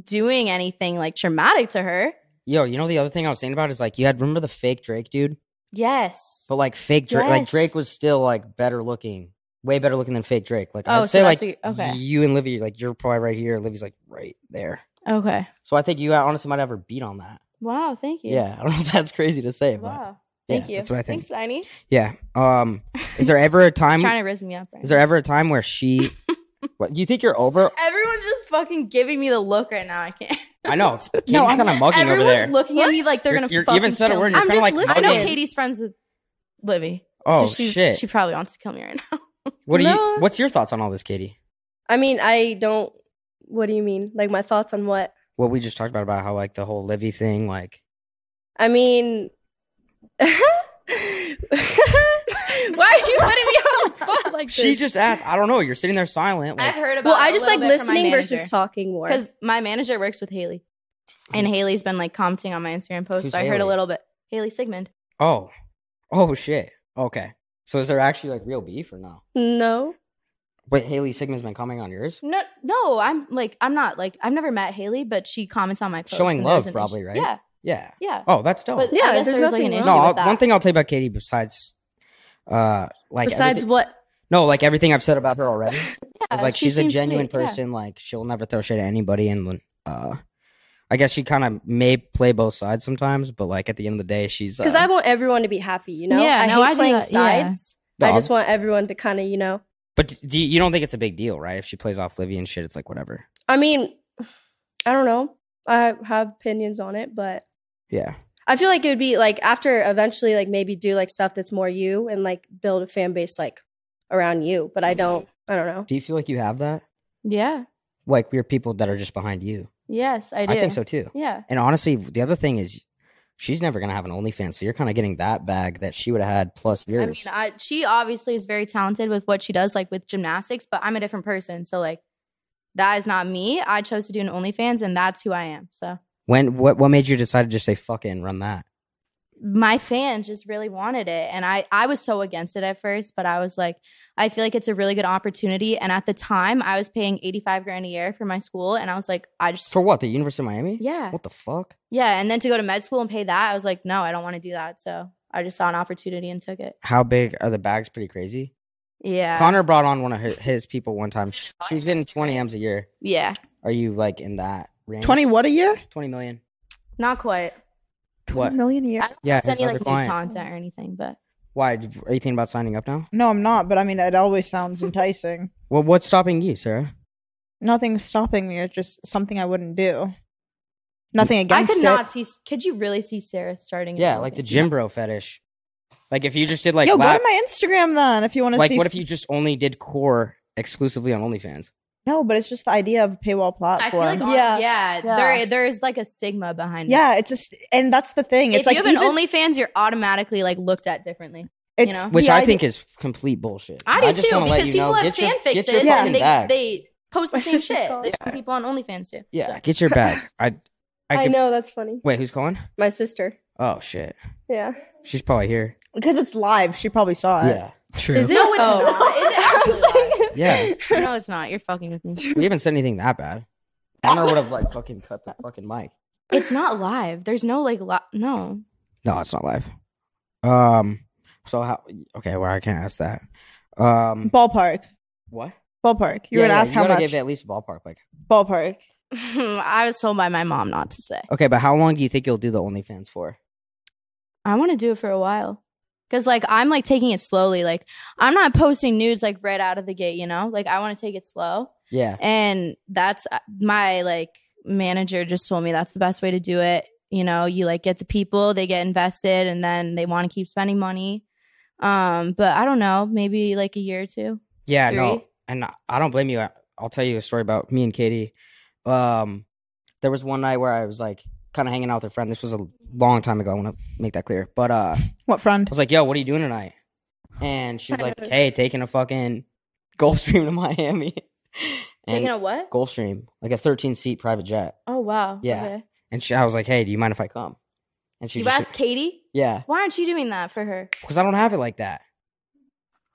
[SPEAKER 5] doing anything like traumatic to her
[SPEAKER 3] Yo, you know the other thing I was thinking about is like you had remember the fake Drake dude,
[SPEAKER 5] yes
[SPEAKER 3] but like fake Drake, like
[SPEAKER 5] Yes.
[SPEAKER 3] Drake was still like better looking, way better looking than fake Drake. Like
[SPEAKER 5] Oh,
[SPEAKER 3] I'd
[SPEAKER 5] so
[SPEAKER 3] say
[SPEAKER 5] that's
[SPEAKER 3] like
[SPEAKER 5] what you- okay.
[SPEAKER 3] you and Livy, like you're probably right here. Livy's like right there.
[SPEAKER 5] okay
[SPEAKER 3] So I think you honestly might have her beat on that.
[SPEAKER 5] wow thank you
[SPEAKER 3] Yeah, I don't know if that's crazy to say, but
[SPEAKER 5] wow
[SPEAKER 3] yeah,
[SPEAKER 5] thank you
[SPEAKER 3] That's what I think.
[SPEAKER 5] thanks Aini.
[SPEAKER 3] Yeah. Um, is there ever a
[SPEAKER 5] i'm
[SPEAKER 3] time?
[SPEAKER 5] trying to raise me up right
[SPEAKER 3] Is there ever a time where she? what you think you're over?
[SPEAKER 5] now. everyone's just fucking giving me the look right now i can't
[SPEAKER 3] I know. Katie's kind of mugging over
[SPEAKER 5] everyone's
[SPEAKER 3] there.
[SPEAKER 5] looking at me like they're
[SPEAKER 3] You're-
[SPEAKER 5] gonna
[SPEAKER 3] you're- you
[SPEAKER 5] fucking
[SPEAKER 3] haven't said a
[SPEAKER 5] kill
[SPEAKER 3] word and
[SPEAKER 5] me.
[SPEAKER 3] you're
[SPEAKER 5] I'm
[SPEAKER 3] kinda,
[SPEAKER 5] just
[SPEAKER 3] like,
[SPEAKER 5] listening. i know
[SPEAKER 3] mugging.
[SPEAKER 5] katie's friends with livy
[SPEAKER 3] oh
[SPEAKER 5] so she's,
[SPEAKER 3] shit!
[SPEAKER 5] she probably wants to kill me right now
[SPEAKER 3] What do
[SPEAKER 6] No.
[SPEAKER 3] you? What's your thoughts on all this, Katie?
[SPEAKER 6] I mean, I don't. What do you mean? Like my thoughts on what?
[SPEAKER 3] What we just talked about about how like the whole Livy thing, like
[SPEAKER 6] I mean, why are you putting me on the spot like this?
[SPEAKER 3] she just asked. I don't know. You're sitting there silent. Like,
[SPEAKER 5] I've heard about.
[SPEAKER 6] Well,
[SPEAKER 5] it
[SPEAKER 6] I
[SPEAKER 5] a
[SPEAKER 6] just
[SPEAKER 5] little
[SPEAKER 6] like
[SPEAKER 5] bit from my
[SPEAKER 6] listening
[SPEAKER 5] manager.
[SPEAKER 6] versus talking more.
[SPEAKER 5] because my manager works with Haley, and Haley's been like commenting on my Instagram posts.
[SPEAKER 3] Mm-hmm. Who's
[SPEAKER 5] so I heard a
[SPEAKER 3] Haley?
[SPEAKER 5] little bit. Haley Sigmund.
[SPEAKER 3] oh, oh shit. Okay. So is there actually like real beef or no?
[SPEAKER 6] no,
[SPEAKER 3] Wait, Haley Sigmund's been coming on yours.
[SPEAKER 5] No, no, I'm like, I'm not like, I've never met Haley, but she comments on my posts.
[SPEAKER 3] Showing
[SPEAKER 5] and there
[SPEAKER 3] love,
[SPEAKER 5] was an
[SPEAKER 3] probably,
[SPEAKER 5] issue.
[SPEAKER 3] right?
[SPEAKER 5] Yeah,
[SPEAKER 3] Yeah.
[SPEAKER 5] yeah.
[SPEAKER 3] Oh, that's dope.
[SPEAKER 5] But
[SPEAKER 6] Yeah,
[SPEAKER 5] yeah, I guess
[SPEAKER 6] there's
[SPEAKER 5] there was like an
[SPEAKER 6] nothing
[SPEAKER 5] issue
[SPEAKER 3] no,
[SPEAKER 5] with
[SPEAKER 3] I'll,
[SPEAKER 5] that.
[SPEAKER 3] one thing I'll tell you about Katie besides, uh, like
[SPEAKER 6] besides
[SPEAKER 3] everything-
[SPEAKER 6] what?
[SPEAKER 3] no, like everything I've said about her already.
[SPEAKER 5] Yeah,
[SPEAKER 3] It's like
[SPEAKER 5] she
[SPEAKER 3] she's a
[SPEAKER 5] seems
[SPEAKER 3] genuine
[SPEAKER 5] sweet, yeah.
[SPEAKER 3] person. Like she'll never throw shit at anybody, and uh, I guess she kind of may play both sides sometimes. But like at the end of the day, she's
[SPEAKER 6] Because
[SPEAKER 3] uh,
[SPEAKER 6] I want everyone to be happy. You know,
[SPEAKER 5] Yeah,
[SPEAKER 6] I
[SPEAKER 5] no,
[SPEAKER 6] hate
[SPEAKER 5] I do
[SPEAKER 6] playing
[SPEAKER 5] that, yeah.
[SPEAKER 6] sides.
[SPEAKER 3] no,
[SPEAKER 6] I just want everyone to kind of, you know.
[SPEAKER 3] But do you, you don't think it's a big deal, right? If she plays off Livy and shit, it's like whatever.
[SPEAKER 6] I mean, I don't know. I have opinions on it, but
[SPEAKER 3] Yeah,
[SPEAKER 6] I feel like it would be like after eventually, like maybe do like stuff that's more you and like build a fan base like around you. But I don't. I don't know.
[SPEAKER 3] Do you feel like you have that?
[SPEAKER 5] Yeah.
[SPEAKER 3] Like we're people that are just behind you.
[SPEAKER 5] Yes, I do.
[SPEAKER 3] I think so too.
[SPEAKER 5] Yeah.
[SPEAKER 3] And honestly, the other thing is, she's never gonna have an OnlyFans, so you're kind of getting that bag that she would have had plus
[SPEAKER 5] I
[SPEAKER 3] yours.
[SPEAKER 5] mean, I, she obviously is very talented with what she does, like with gymnastics, but I'm a different person. So, like, that is not me. I chose to do an OnlyFans, and that's who I am. So,
[SPEAKER 3] when what what made you decide to just say fuck it and run that?
[SPEAKER 5] my fans just really wanted it and i i was so against it at first but i was like i feel like it's a really good opportunity and at the time i was paying 85 grand a year for my school and i was like i just
[SPEAKER 3] For what? The University of Miami?
[SPEAKER 5] yeah
[SPEAKER 3] What the fuck?
[SPEAKER 5] yeah and then to go to med school and pay that i was like no i don't want to do that so i just saw an opportunity and took it
[SPEAKER 3] How big are the bags? Pretty crazy.
[SPEAKER 5] yeah
[SPEAKER 3] Connor brought on one of his, his people one time. She was getting 20 m's a year.
[SPEAKER 5] yeah
[SPEAKER 3] Are you like in that range?
[SPEAKER 4] Twenty what a year?
[SPEAKER 3] 20 million.
[SPEAKER 5] not quite
[SPEAKER 3] What?
[SPEAKER 4] Million a year?
[SPEAKER 3] Yeah,
[SPEAKER 5] send
[SPEAKER 3] his
[SPEAKER 5] you
[SPEAKER 3] other
[SPEAKER 5] like new
[SPEAKER 3] client.
[SPEAKER 5] content or anything but
[SPEAKER 3] Why? Did- Are you thinking about signing up now?
[SPEAKER 4] No, I'm not. But I mean, it always sounds enticing.
[SPEAKER 3] Well, what's stopping you, Sarah?
[SPEAKER 4] Nothing's stopping me. It's just something I wouldn't do. Nothing
[SPEAKER 5] i
[SPEAKER 4] against
[SPEAKER 5] could
[SPEAKER 4] it.
[SPEAKER 5] not see could you really see sarah starting an
[SPEAKER 3] Yeah, like the
[SPEAKER 5] OnlyFans?
[SPEAKER 3] gym bro fetish. Like if you just did like
[SPEAKER 4] Yo,
[SPEAKER 3] lap-
[SPEAKER 4] go to my Instagram then if you want to
[SPEAKER 3] like
[SPEAKER 4] see.
[SPEAKER 3] what if you just only did core exclusively on OnlyFans?
[SPEAKER 4] No, but it's just the idea of a paywall
[SPEAKER 5] i
[SPEAKER 4] platform.
[SPEAKER 5] feel like on-
[SPEAKER 6] Yeah.
[SPEAKER 5] yeah,
[SPEAKER 4] Yeah.
[SPEAKER 5] there there's like a stigma behind it.
[SPEAKER 4] yeah, it's a st- and that's the thing. It's
[SPEAKER 5] if
[SPEAKER 4] like
[SPEAKER 5] you have an
[SPEAKER 4] even-
[SPEAKER 5] OnlyFans, you're automatically like looked at differently.
[SPEAKER 4] it's
[SPEAKER 5] know?
[SPEAKER 3] Which
[SPEAKER 4] the
[SPEAKER 3] I
[SPEAKER 4] idea-
[SPEAKER 3] think is complete bullshit.
[SPEAKER 5] I do
[SPEAKER 3] just
[SPEAKER 5] too
[SPEAKER 3] wanna let
[SPEAKER 5] because
[SPEAKER 3] you
[SPEAKER 5] people
[SPEAKER 3] know, get
[SPEAKER 5] have fan
[SPEAKER 3] your, get
[SPEAKER 5] fixes
[SPEAKER 3] your
[SPEAKER 4] Yeah.
[SPEAKER 3] fucking
[SPEAKER 5] and they,
[SPEAKER 3] bag.
[SPEAKER 5] they post the
[SPEAKER 4] My
[SPEAKER 5] same
[SPEAKER 4] sister's
[SPEAKER 5] shit.
[SPEAKER 4] calling.
[SPEAKER 5] There's some people on OnlyFans too.
[SPEAKER 3] yeah,
[SPEAKER 5] So,
[SPEAKER 3] get your bag. I, I,
[SPEAKER 6] I,
[SPEAKER 3] could,
[SPEAKER 6] know that's funny.
[SPEAKER 3] Wait, who's calling?
[SPEAKER 6] My sister.
[SPEAKER 3] Oh shit,
[SPEAKER 6] Yeah.
[SPEAKER 3] she's probably here.
[SPEAKER 4] because it's live. She probably saw it.
[SPEAKER 3] yeah,
[SPEAKER 2] True.
[SPEAKER 6] Is it?
[SPEAKER 5] No, it's
[SPEAKER 6] oh.
[SPEAKER 5] not. Is it
[SPEAKER 6] I was like-
[SPEAKER 3] Yeah.
[SPEAKER 5] no, it's not. You're fucking with me.
[SPEAKER 3] we haven't said anything that bad. Connor would have like fucking cut the fucking mic.
[SPEAKER 5] It's not live. There's no like li- no.
[SPEAKER 3] No, it's not live. Um. So how? Okay, well I can't ask that. Um.
[SPEAKER 4] Ballpark.
[SPEAKER 3] What?
[SPEAKER 4] Ballpark. You were gonna
[SPEAKER 3] yeah,
[SPEAKER 4] ask
[SPEAKER 3] you
[SPEAKER 4] how
[SPEAKER 3] gotta
[SPEAKER 4] much?
[SPEAKER 3] Give it at least a ballpark. Like,
[SPEAKER 4] Ballpark.
[SPEAKER 5] I was told by my mom not to say.
[SPEAKER 3] okay, but how long do you think you'll do the OnlyFans for?
[SPEAKER 5] I want to do it for a while. Cause like I'm like taking it slowly. Like I'm not posting nudes like right out of the gate, you know? Like I want to take it slow.
[SPEAKER 3] Yeah,
[SPEAKER 5] and that's uh, my like manager just told me that's the best way to do it you know you like get the people they get invested and then they want to keep spending money um but i don't know maybe like a year or two
[SPEAKER 3] yeah, no,
[SPEAKER 5] Three?
[SPEAKER 3] and I- I don't blame you. I- I'll tell you a story about me and Katie. Um, there was one night where I was like kind of hanging out with a friend. This was a long time ago. I want to make that clear. But uh, I
[SPEAKER 4] What friend?
[SPEAKER 3] was like, "Yo, what are you doing tonight?" And she's like, "Hey, taking a fucking Gulfstream to Miami."
[SPEAKER 5] taking
[SPEAKER 3] And-
[SPEAKER 5] a what
[SPEAKER 3] Gulfstream, like a 13 seat private jet.
[SPEAKER 5] oh wow
[SPEAKER 3] Yeah.
[SPEAKER 5] okay.
[SPEAKER 3] And she, I was like, hey, do you mind if I come? And she
[SPEAKER 5] you
[SPEAKER 3] just,
[SPEAKER 5] asked katie
[SPEAKER 3] yeah,
[SPEAKER 5] why aren't you doing that for her
[SPEAKER 3] because I don't have it like that.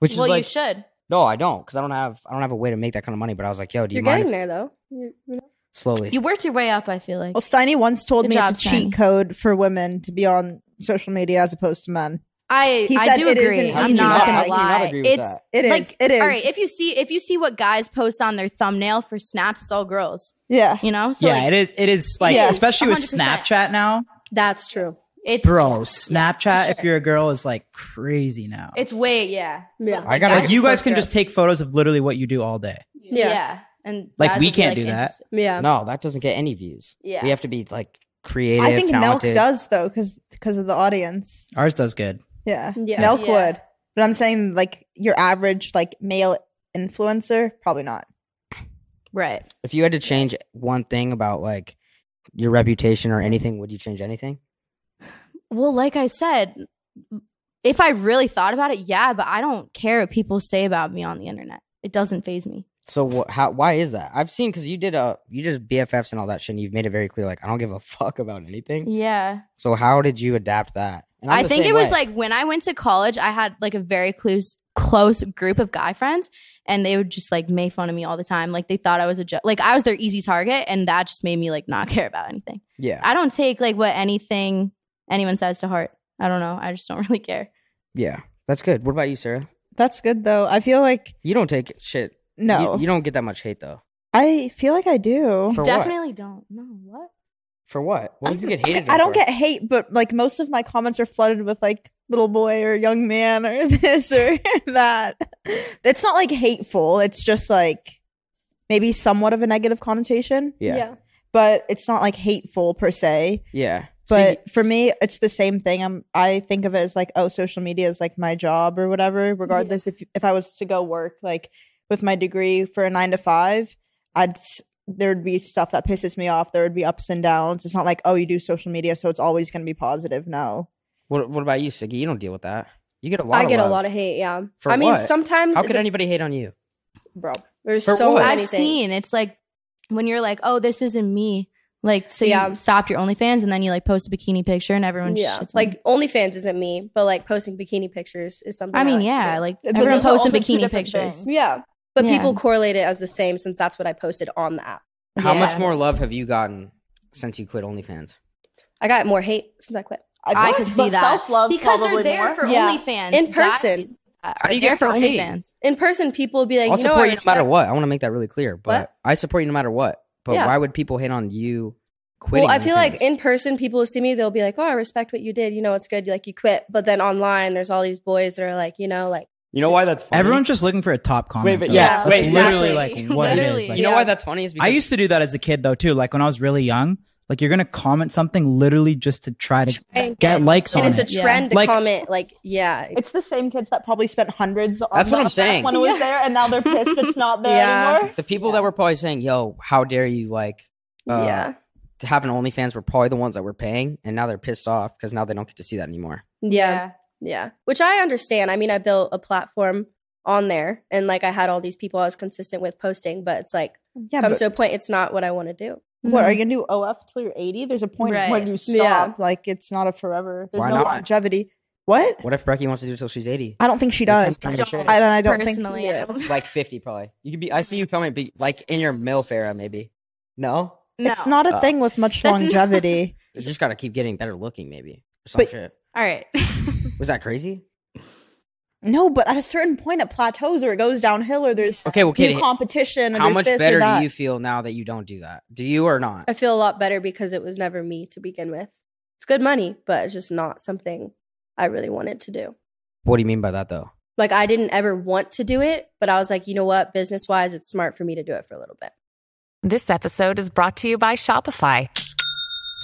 [SPEAKER 3] Which
[SPEAKER 5] well
[SPEAKER 3] is like,
[SPEAKER 5] you should
[SPEAKER 3] no, I don't, because I don't have, I don't have a way to make that kind of money. But I was like, yo, do you
[SPEAKER 6] You're
[SPEAKER 3] mind
[SPEAKER 6] getting there
[SPEAKER 3] if-
[SPEAKER 6] though. You- you know?
[SPEAKER 3] slowly?
[SPEAKER 5] you worked your way up i feel like
[SPEAKER 4] Well, Steiny once told
[SPEAKER 5] Good
[SPEAKER 4] me
[SPEAKER 5] job,
[SPEAKER 4] it's a cheat
[SPEAKER 5] Steiny.
[SPEAKER 4] code for women to be on social media as opposed to men.
[SPEAKER 5] i
[SPEAKER 4] He
[SPEAKER 5] i
[SPEAKER 4] said
[SPEAKER 5] do
[SPEAKER 4] it is
[SPEAKER 5] agree
[SPEAKER 4] an
[SPEAKER 5] i'm
[SPEAKER 4] easy
[SPEAKER 5] not
[SPEAKER 4] buy. How
[SPEAKER 5] gonna
[SPEAKER 4] can
[SPEAKER 3] you not
[SPEAKER 5] lie
[SPEAKER 3] agree with
[SPEAKER 5] it's
[SPEAKER 3] that?
[SPEAKER 4] It is.
[SPEAKER 5] like
[SPEAKER 4] it is.
[SPEAKER 5] all right if you see if you see what guys post on their thumbnail for snaps it's all girls
[SPEAKER 4] yeah.
[SPEAKER 5] you know so
[SPEAKER 2] yeah,
[SPEAKER 5] like,
[SPEAKER 2] it is. It is like,
[SPEAKER 4] Yes,
[SPEAKER 2] especially with
[SPEAKER 5] 100%.
[SPEAKER 2] Snapchat now,
[SPEAKER 6] That's true.
[SPEAKER 5] it's
[SPEAKER 2] bro. Snapchat, if
[SPEAKER 5] sure.
[SPEAKER 2] you're a girl, is like crazy now.
[SPEAKER 5] It's way yeah.
[SPEAKER 6] Yeah.
[SPEAKER 3] I gotta-
[SPEAKER 2] like you guys can
[SPEAKER 5] post
[SPEAKER 2] just take photos of literally what you do all day.
[SPEAKER 5] it. yeah.
[SPEAKER 6] Yeah.
[SPEAKER 5] and
[SPEAKER 2] Like,
[SPEAKER 5] guys
[SPEAKER 2] we
[SPEAKER 5] will be,
[SPEAKER 2] can't do that.
[SPEAKER 5] interested.
[SPEAKER 6] Yeah.
[SPEAKER 3] No, that doesn't get any views.
[SPEAKER 5] Yeah.
[SPEAKER 3] We have to be like creative,
[SPEAKER 4] I think
[SPEAKER 3] talented.
[SPEAKER 4] Nelk does though, because of the audience.
[SPEAKER 2] Ours does good.
[SPEAKER 4] Yeah.
[SPEAKER 6] Yeah.
[SPEAKER 4] Nelk
[SPEAKER 5] Yeah.
[SPEAKER 4] would. But I'm saying like your average like male influencer, probably not.
[SPEAKER 5] Right.
[SPEAKER 3] If you had to change one thing about like your reputation or anything, would you change anything?
[SPEAKER 5] Well, like I said, if I really thought about it, yeah, but I don't care what people say about me on the internet. It doesn't phase me.
[SPEAKER 3] So wh- how why is that? I've seen because you did a you did BFFs and all that shit. and You've made it very clear like I don't give a fuck about anything.
[SPEAKER 5] Yeah.
[SPEAKER 3] So how did you adapt that? And I'm
[SPEAKER 5] I
[SPEAKER 3] the
[SPEAKER 5] think
[SPEAKER 3] same
[SPEAKER 5] it was
[SPEAKER 3] way.
[SPEAKER 5] like when I went to college, I had like a very close close group of guy friends and they would just like make fun of me all the time. Like they thought I was a jo- like I was their easy target and that just made me like not care about anything.
[SPEAKER 3] yeah
[SPEAKER 5] I don't take like what anything anyone says to heart. I don't know. I just don't really care.
[SPEAKER 3] yeah that's good. What about you, Sarah?
[SPEAKER 4] That's good though. I feel like
[SPEAKER 3] You don't take shit. You-
[SPEAKER 4] no. Oh,
[SPEAKER 3] you, don't get that much hate though.
[SPEAKER 4] I feel like I do.
[SPEAKER 3] For what?
[SPEAKER 5] Definitely don't. No, what?
[SPEAKER 3] For what? What would you get hated?
[SPEAKER 4] I don't
[SPEAKER 3] for?
[SPEAKER 4] get hate, but like most of my comments are flooded with like little boy or young man or this or that. It's not like hateful. It's just like maybe somewhat of a negative connotation,
[SPEAKER 3] Yeah. Yeah.
[SPEAKER 4] but it's not like hateful per se.
[SPEAKER 3] See,
[SPEAKER 4] But for me, it's the same thing. I'm I think of it as like, oh, social media is like my job or whatever. Regardless, if if I was to go work like with my degree for a nine to five, I'd s- there'd be stuff that pisses me off. There would be ups and downs. It's not like, oh, you do social media, so it's always going to be positive. No,
[SPEAKER 3] what what about you, Siggy? You don't deal with that. You get a lot.
[SPEAKER 6] I get
[SPEAKER 3] of
[SPEAKER 6] a
[SPEAKER 3] love.
[SPEAKER 6] lot of hate. Yeah.
[SPEAKER 3] For
[SPEAKER 6] I mean,
[SPEAKER 3] what?
[SPEAKER 6] sometimes
[SPEAKER 3] How
[SPEAKER 6] it
[SPEAKER 3] could
[SPEAKER 6] de-
[SPEAKER 3] anybody hate on you?
[SPEAKER 4] bro.
[SPEAKER 6] there's
[SPEAKER 3] For
[SPEAKER 6] so
[SPEAKER 3] what?
[SPEAKER 6] many
[SPEAKER 3] I've
[SPEAKER 5] I've
[SPEAKER 6] things.
[SPEAKER 5] seen it's like when you're like, oh, this isn't me. Like, so
[SPEAKER 6] Yeah.
[SPEAKER 5] you stopped your OnlyFans and then you like post a bikini picture and everyone
[SPEAKER 6] yeah,
[SPEAKER 5] shits on you.
[SPEAKER 6] like OnlyFans isn't me, but like posting bikini pictures is something.
[SPEAKER 5] I mean,
[SPEAKER 6] like to
[SPEAKER 5] yeah,
[SPEAKER 6] do.
[SPEAKER 5] like
[SPEAKER 4] But
[SPEAKER 5] everyone
[SPEAKER 4] those are
[SPEAKER 5] posts
[SPEAKER 4] also two
[SPEAKER 5] bikini
[SPEAKER 4] different
[SPEAKER 5] pictures.
[SPEAKER 4] things.
[SPEAKER 6] yeah, but
[SPEAKER 5] Yeah.
[SPEAKER 6] people correlate it as the same since that's what I posted on the app.
[SPEAKER 3] How much
[SPEAKER 5] Yeah.
[SPEAKER 3] more love have you gotten since you quit OnlyFans?
[SPEAKER 6] I got more hate since I quit.
[SPEAKER 5] I could see that.
[SPEAKER 1] Self love
[SPEAKER 5] Because they're there for
[SPEAKER 4] Yeah.
[SPEAKER 5] OnlyFans.
[SPEAKER 6] In person.
[SPEAKER 5] That-
[SPEAKER 3] How do you
[SPEAKER 5] they're
[SPEAKER 3] get
[SPEAKER 5] for
[SPEAKER 3] more hate?
[SPEAKER 5] OnlyFans.
[SPEAKER 6] In person, people would be like,
[SPEAKER 3] I'll
[SPEAKER 6] you know,
[SPEAKER 3] support
[SPEAKER 6] I
[SPEAKER 3] you no matter
[SPEAKER 6] respect-
[SPEAKER 3] what. I want to make that really clear. But
[SPEAKER 6] What?
[SPEAKER 3] I support you no matter what. But
[SPEAKER 6] Yeah.
[SPEAKER 3] why would people hate on you quitting?
[SPEAKER 6] Well, I feel like
[SPEAKER 3] OnlyFans?
[SPEAKER 6] in person, people will see me, they'll be like, oh, I respect what you did. You know, it's good. Like you quit. But then online, there's all these boys that are like, you know, like
[SPEAKER 7] You know why that's funny?
[SPEAKER 2] Everyone's just looking for a top comment.
[SPEAKER 7] but
[SPEAKER 2] though.
[SPEAKER 7] yeah,
[SPEAKER 2] that's
[SPEAKER 7] wait,
[SPEAKER 2] literally
[SPEAKER 5] exactly.
[SPEAKER 2] like what it
[SPEAKER 5] Literally.
[SPEAKER 2] is. Like,
[SPEAKER 3] you know
[SPEAKER 6] Yeah.
[SPEAKER 3] why that's funny is because
[SPEAKER 2] I used to do that as a kid though too. Like when I was really young, like you're gonna comment something literally just to try to get likes on
[SPEAKER 6] and it's
[SPEAKER 2] it.
[SPEAKER 6] a
[SPEAKER 5] Yeah.
[SPEAKER 6] trend to
[SPEAKER 2] Like-
[SPEAKER 6] comment. Like, yeah,
[SPEAKER 4] It's the same kids that probably spent hundreds. on
[SPEAKER 3] That's what
[SPEAKER 4] the
[SPEAKER 3] I'm
[SPEAKER 4] app
[SPEAKER 3] saying.
[SPEAKER 4] When it was there, and now they're pissed it's not there
[SPEAKER 6] Yeah.
[SPEAKER 4] anymore.
[SPEAKER 3] the people that were probably saying, "Yo, how dare you like uh,
[SPEAKER 6] yeah,
[SPEAKER 3] to have an OnlyFans?" were probably the ones that were paying, and now they're pissed off because now they don't get to see that anymore.
[SPEAKER 6] yeah, yeah. Which I understand. I mean, I built a platform on there, and like I had all these people I was consistent with posting, but it's like
[SPEAKER 4] Yeah,
[SPEAKER 6] comes
[SPEAKER 4] but
[SPEAKER 6] to a point, it's not what I want to do.
[SPEAKER 4] What are you gonna do OF till you're 80? There's a point
[SPEAKER 5] Mm-hmm. Right.
[SPEAKER 4] when you stop.
[SPEAKER 6] Yeah.
[SPEAKER 4] Like it's not a forever. There's
[SPEAKER 3] Why
[SPEAKER 4] no
[SPEAKER 3] not?
[SPEAKER 4] longevity. What?
[SPEAKER 3] What if Becky wants to do it till she's eighty?
[SPEAKER 4] I don't think she does.
[SPEAKER 5] I
[SPEAKER 3] I
[SPEAKER 5] don't,
[SPEAKER 4] I don't. I don't
[SPEAKER 5] personally.
[SPEAKER 4] think.
[SPEAKER 5] I don't-
[SPEAKER 3] Like fifty, probably. You could be. I see you coming, be, like in your MILF era, maybe. No,
[SPEAKER 5] no.
[SPEAKER 4] It's not a
[SPEAKER 3] Uh,
[SPEAKER 4] thing with much
[SPEAKER 5] that's not-
[SPEAKER 4] longevity.
[SPEAKER 3] you just gotta keep getting better looking, maybe. Or some
[SPEAKER 4] But-
[SPEAKER 3] shit.
[SPEAKER 5] All right.
[SPEAKER 3] Was that crazy?
[SPEAKER 4] no, but at a certain point, it plateaus or it goes downhill, or there's
[SPEAKER 3] Okay, well,
[SPEAKER 4] new
[SPEAKER 3] Katie,
[SPEAKER 4] competition. Or
[SPEAKER 3] how
[SPEAKER 4] there's
[SPEAKER 3] much
[SPEAKER 4] this
[SPEAKER 3] better
[SPEAKER 4] or that.
[SPEAKER 3] do you feel now that you don't do that? Do you or not?
[SPEAKER 6] I feel a lot better because it was never me to begin with. It's good money, but it's just not something I really wanted to do.
[SPEAKER 3] What do you mean by that, though?
[SPEAKER 6] Like I didn't ever want to do it, but I was like, you know what, business wise, it's smart for me to do it for a little bit.
[SPEAKER 8] This episode is brought to you by Shopify.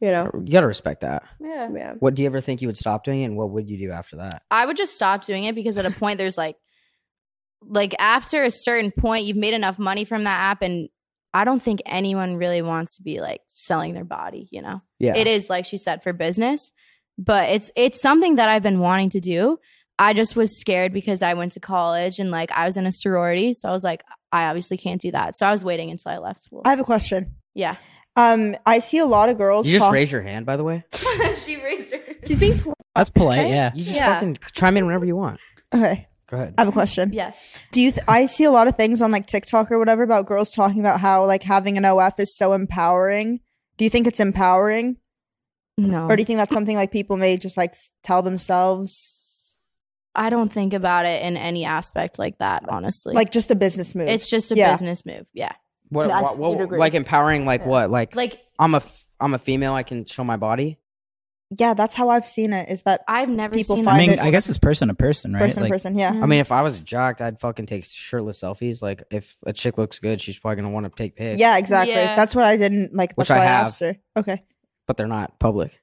[SPEAKER 6] You know?
[SPEAKER 3] You gotta respect that.
[SPEAKER 5] yeah.
[SPEAKER 6] Yeah.
[SPEAKER 3] What do you ever think you would stop doing, it, and what would you do after that?
[SPEAKER 5] I would just stop doing it because at a point there's like like after a certain point you've made enough money from that app and I don't think anyone really wants to be like selling their body, you know.
[SPEAKER 3] Yeah,
[SPEAKER 5] It is like she said for business, but it's it's something that I've been wanting to do. I just was scared because I went to college and like I was in a sorority, so I was like I obviously can't do that. So I was waiting until I left school.
[SPEAKER 4] I have a question.
[SPEAKER 5] yeah.
[SPEAKER 4] Um, I see a lot of girls.
[SPEAKER 3] You just
[SPEAKER 4] talk-
[SPEAKER 3] raise your hand, by the way.
[SPEAKER 5] she raised her.
[SPEAKER 6] She's being polite.
[SPEAKER 2] That's polite. Yeah.
[SPEAKER 3] You just
[SPEAKER 6] Yeah.
[SPEAKER 3] fucking chime in whenever you want.
[SPEAKER 4] okay,
[SPEAKER 3] Go ahead.
[SPEAKER 4] I have a question.
[SPEAKER 5] Yes.
[SPEAKER 4] Do you? Th- I see a lot of things on like TikTok or whatever about girls talking about how like having an OF is so empowering. Do you think it's empowering?
[SPEAKER 5] No.
[SPEAKER 4] or do you think that's something like people may just like s- tell themselves
[SPEAKER 5] I don't think about it in any aspect like that, honestly.
[SPEAKER 4] Like just a business move.
[SPEAKER 5] it's just a
[SPEAKER 4] Yeah.
[SPEAKER 5] business move. Yeah.
[SPEAKER 3] What,
[SPEAKER 4] I
[SPEAKER 3] what,
[SPEAKER 4] would
[SPEAKER 3] what-
[SPEAKER 4] agree.
[SPEAKER 3] like empowering? Like
[SPEAKER 5] Yeah.
[SPEAKER 3] what? Like,
[SPEAKER 5] Like
[SPEAKER 3] I'm a f- I'm a female. I can show my body.
[SPEAKER 4] yeah, that's how I've seen it. Is that
[SPEAKER 5] I've never
[SPEAKER 4] People
[SPEAKER 5] seen
[SPEAKER 2] I
[SPEAKER 4] find
[SPEAKER 5] that
[SPEAKER 2] mean,
[SPEAKER 4] it-
[SPEAKER 2] I guess it's person to person, right?
[SPEAKER 4] person to
[SPEAKER 2] like,
[SPEAKER 4] person? Yeah,
[SPEAKER 3] I mean, if I was jacked, I'd fucking take shirtless selfies. Like, if a chick looks good, she's probably gonna want to take pics.
[SPEAKER 4] yeah, exactly.
[SPEAKER 5] Yeah.
[SPEAKER 4] That's what I didn't like.
[SPEAKER 3] Which
[SPEAKER 4] That's why
[SPEAKER 3] I
[SPEAKER 4] I,
[SPEAKER 3] have.
[SPEAKER 4] asked her. Okay,
[SPEAKER 3] but they're not public.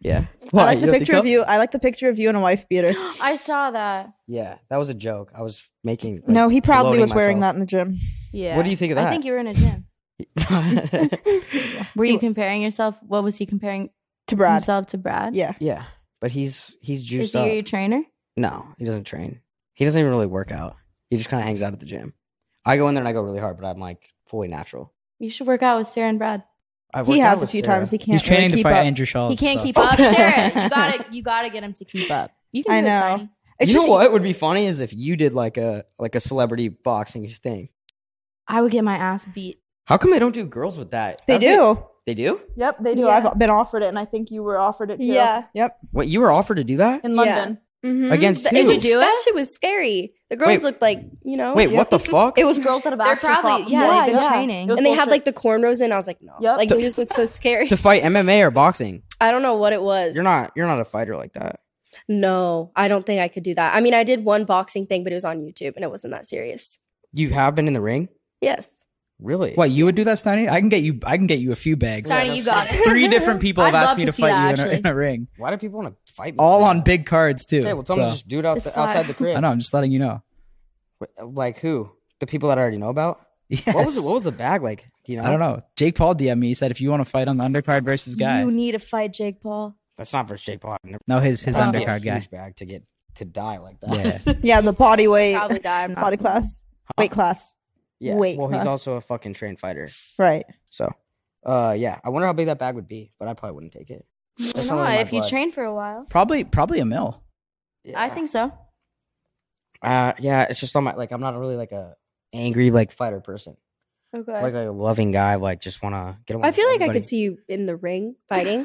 [SPEAKER 3] Yeah,
[SPEAKER 4] I like the picture of you. I like the picture of you in a wife beater.
[SPEAKER 5] I saw that.
[SPEAKER 3] Yeah, that was a joke. I was making. like,
[SPEAKER 4] no, he proudly
[SPEAKER 3] gloating
[SPEAKER 4] was wearing
[SPEAKER 3] myself.
[SPEAKER 4] that in the gym.
[SPEAKER 5] Yeah.
[SPEAKER 3] What do you think of
[SPEAKER 5] I
[SPEAKER 3] that?
[SPEAKER 5] think you were in a gym. Were you comparing yourself? What was he comparing
[SPEAKER 4] To Brad.
[SPEAKER 5] himself to Brad?
[SPEAKER 4] Yeah,
[SPEAKER 3] yeah, but he's he's
[SPEAKER 5] Is
[SPEAKER 3] juiced
[SPEAKER 5] he
[SPEAKER 3] up.
[SPEAKER 5] your trainer?
[SPEAKER 3] No, he doesn't train. He doesn't even really work out. He just kind of hangs out at the gym. I go in there and I go really hard, but I'm like fully natural.
[SPEAKER 5] You should work out with Sarah and Brad.
[SPEAKER 3] I've
[SPEAKER 4] he
[SPEAKER 3] worked out
[SPEAKER 4] has a
[SPEAKER 3] with
[SPEAKER 4] few
[SPEAKER 3] Sarah.
[SPEAKER 4] times. He can't.
[SPEAKER 2] He's training
[SPEAKER 4] really
[SPEAKER 2] to
[SPEAKER 4] keep
[SPEAKER 2] fight
[SPEAKER 4] up.
[SPEAKER 2] Andrew Shaw.
[SPEAKER 3] Oh,
[SPEAKER 5] He can't
[SPEAKER 2] so-
[SPEAKER 5] keep up, Sarah. You gotta, you gotta get him to keep up. You can.
[SPEAKER 4] I
[SPEAKER 5] do it,
[SPEAKER 4] know.
[SPEAKER 5] Sonny.
[SPEAKER 4] It's
[SPEAKER 3] you know
[SPEAKER 4] just
[SPEAKER 3] what would be funny is if you did like a like a celebrity boxing thing.
[SPEAKER 5] I would get my ass beat.
[SPEAKER 3] How come they don't do girls with that?
[SPEAKER 4] they
[SPEAKER 3] That'd
[SPEAKER 4] do.
[SPEAKER 3] be- they do.
[SPEAKER 4] Yep, they do.
[SPEAKER 5] Yeah.
[SPEAKER 4] I've been offered it, and I think you were offered it too.
[SPEAKER 6] Yeah.
[SPEAKER 4] Yep.
[SPEAKER 3] What you were offered to do that?
[SPEAKER 4] In
[SPEAKER 6] Yeah.
[SPEAKER 4] London,
[SPEAKER 6] Mhm.
[SPEAKER 3] Against
[SPEAKER 6] Th- it
[SPEAKER 3] who?
[SPEAKER 6] was-
[SPEAKER 5] Did you do
[SPEAKER 6] That
[SPEAKER 5] it?
[SPEAKER 6] shit was scary. The girls
[SPEAKER 3] Wait.
[SPEAKER 6] looked like you know,
[SPEAKER 3] Wait, what the fuck?
[SPEAKER 4] it was girls that have
[SPEAKER 5] They're
[SPEAKER 4] actually
[SPEAKER 5] probably-
[SPEAKER 4] fought.
[SPEAKER 5] yeah,
[SPEAKER 6] they've been
[SPEAKER 5] training.
[SPEAKER 4] It was
[SPEAKER 6] and they had
[SPEAKER 4] bullshit.
[SPEAKER 6] like the cornrows in. I was like, no,
[SPEAKER 4] Yep.
[SPEAKER 6] like
[SPEAKER 3] To-
[SPEAKER 6] they just looked so scary.
[SPEAKER 3] to fight MMA or boxing.
[SPEAKER 6] I don't know what it was.
[SPEAKER 3] You're not you're not a fighter like that.
[SPEAKER 6] no, I don't think I could do that. I mean, I did one boxing thing, but it was on YouTube, and it wasn't that serious.
[SPEAKER 3] You have been in the ring?
[SPEAKER 6] Yes,
[SPEAKER 3] Really?
[SPEAKER 2] What you would do that, Stoney? I can get you. I can get you a few bags.
[SPEAKER 5] Sonny, you got it.
[SPEAKER 2] Three different people have
[SPEAKER 5] I'd love
[SPEAKER 2] asked me to,
[SPEAKER 5] to see
[SPEAKER 2] fight you
[SPEAKER 5] that,
[SPEAKER 2] in a, in
[SPEAKER 5] actually.
[SPEAKER 2] a ring,
[SPEAKER 3] Why do people want to fight me?
[SPEAKER 2] all
[SPEAKER 3] so
[SPEAKER 2] on
[SPEAKER 3] bad?
[SPEAKER 2] big cards too.
[SPEAKER 3] Okay, well tell me
[SPEAKER 2] So,
[SPEAKER 3] to just do it outs-
[SPEAKER 5] It's fly.
[SPEAKER 3] outside the crib.
[SPEAKER 2] I know. I'm just letting you know.
[SPEAKER 3] Wh- Like who? The people that I already know about?
[SPEAKER 2] Yes.
[SPEAKER 3] What was the, what was the bag like? Do you know?
[SPEAKER 2] I don't know. Jake Paul DM me. He said if you want to fight on the undercard versus guy,
[SPEAKER 5] You need to fight Jake Paul.
[SPEAKER 3] That's not for Jake Paul. I've never-
[SPEAKER 2] no, his his
[SPEAKER 5] Oh.
[SPEAKER 3] That'd be a
[SPEAKER 2] undercard guy.
[SPEAKER 3] Huge bag to get to die like
[SPEAKER 2] Yeah.
[SPEAKER 3] that.
[SPEAKER 4] yeah, the body weight,
[SPEAKER 5] Probably die. I'm not
[SPEAKER 4] body class, weight class,
[SPEAKER 3] yeah.
[SPEAKER 4] Wait,
[SPEAKER 3] well, he's
[SPEAKER 4] huh?
[SPEAKER 3] also a fucking trained fighter.
[SPEAKER 4] right?
[SPEAKER 3] So, uh, yeah. I wonder how big that bag would be, but I probably wouldn't take it. That's
[SPEAKER 5] No,
[SPEAKER 3] not in my
[SPEAKER 5] if you
[SPEAKER 3] blood.
[SPEAKER 5] train for a while,
[SPEAKER 2] Probably probably a mill.
[SPEAKER 5] I think so.
[SPEAKER 3] Uh, yeah. It's just on my like. I'm not really like a angry like fighter person.
[SPEAKER 5] Okay.
[SPEAKER 3] like a loving guy, like just want to get. Along
[SPEAKER 6] I
[SPEAKER 3] with
[SPEAKER 6] feel like I
[SPEAKER 3] everybody.
[SPEAKER 6] could see you in the ring fighting.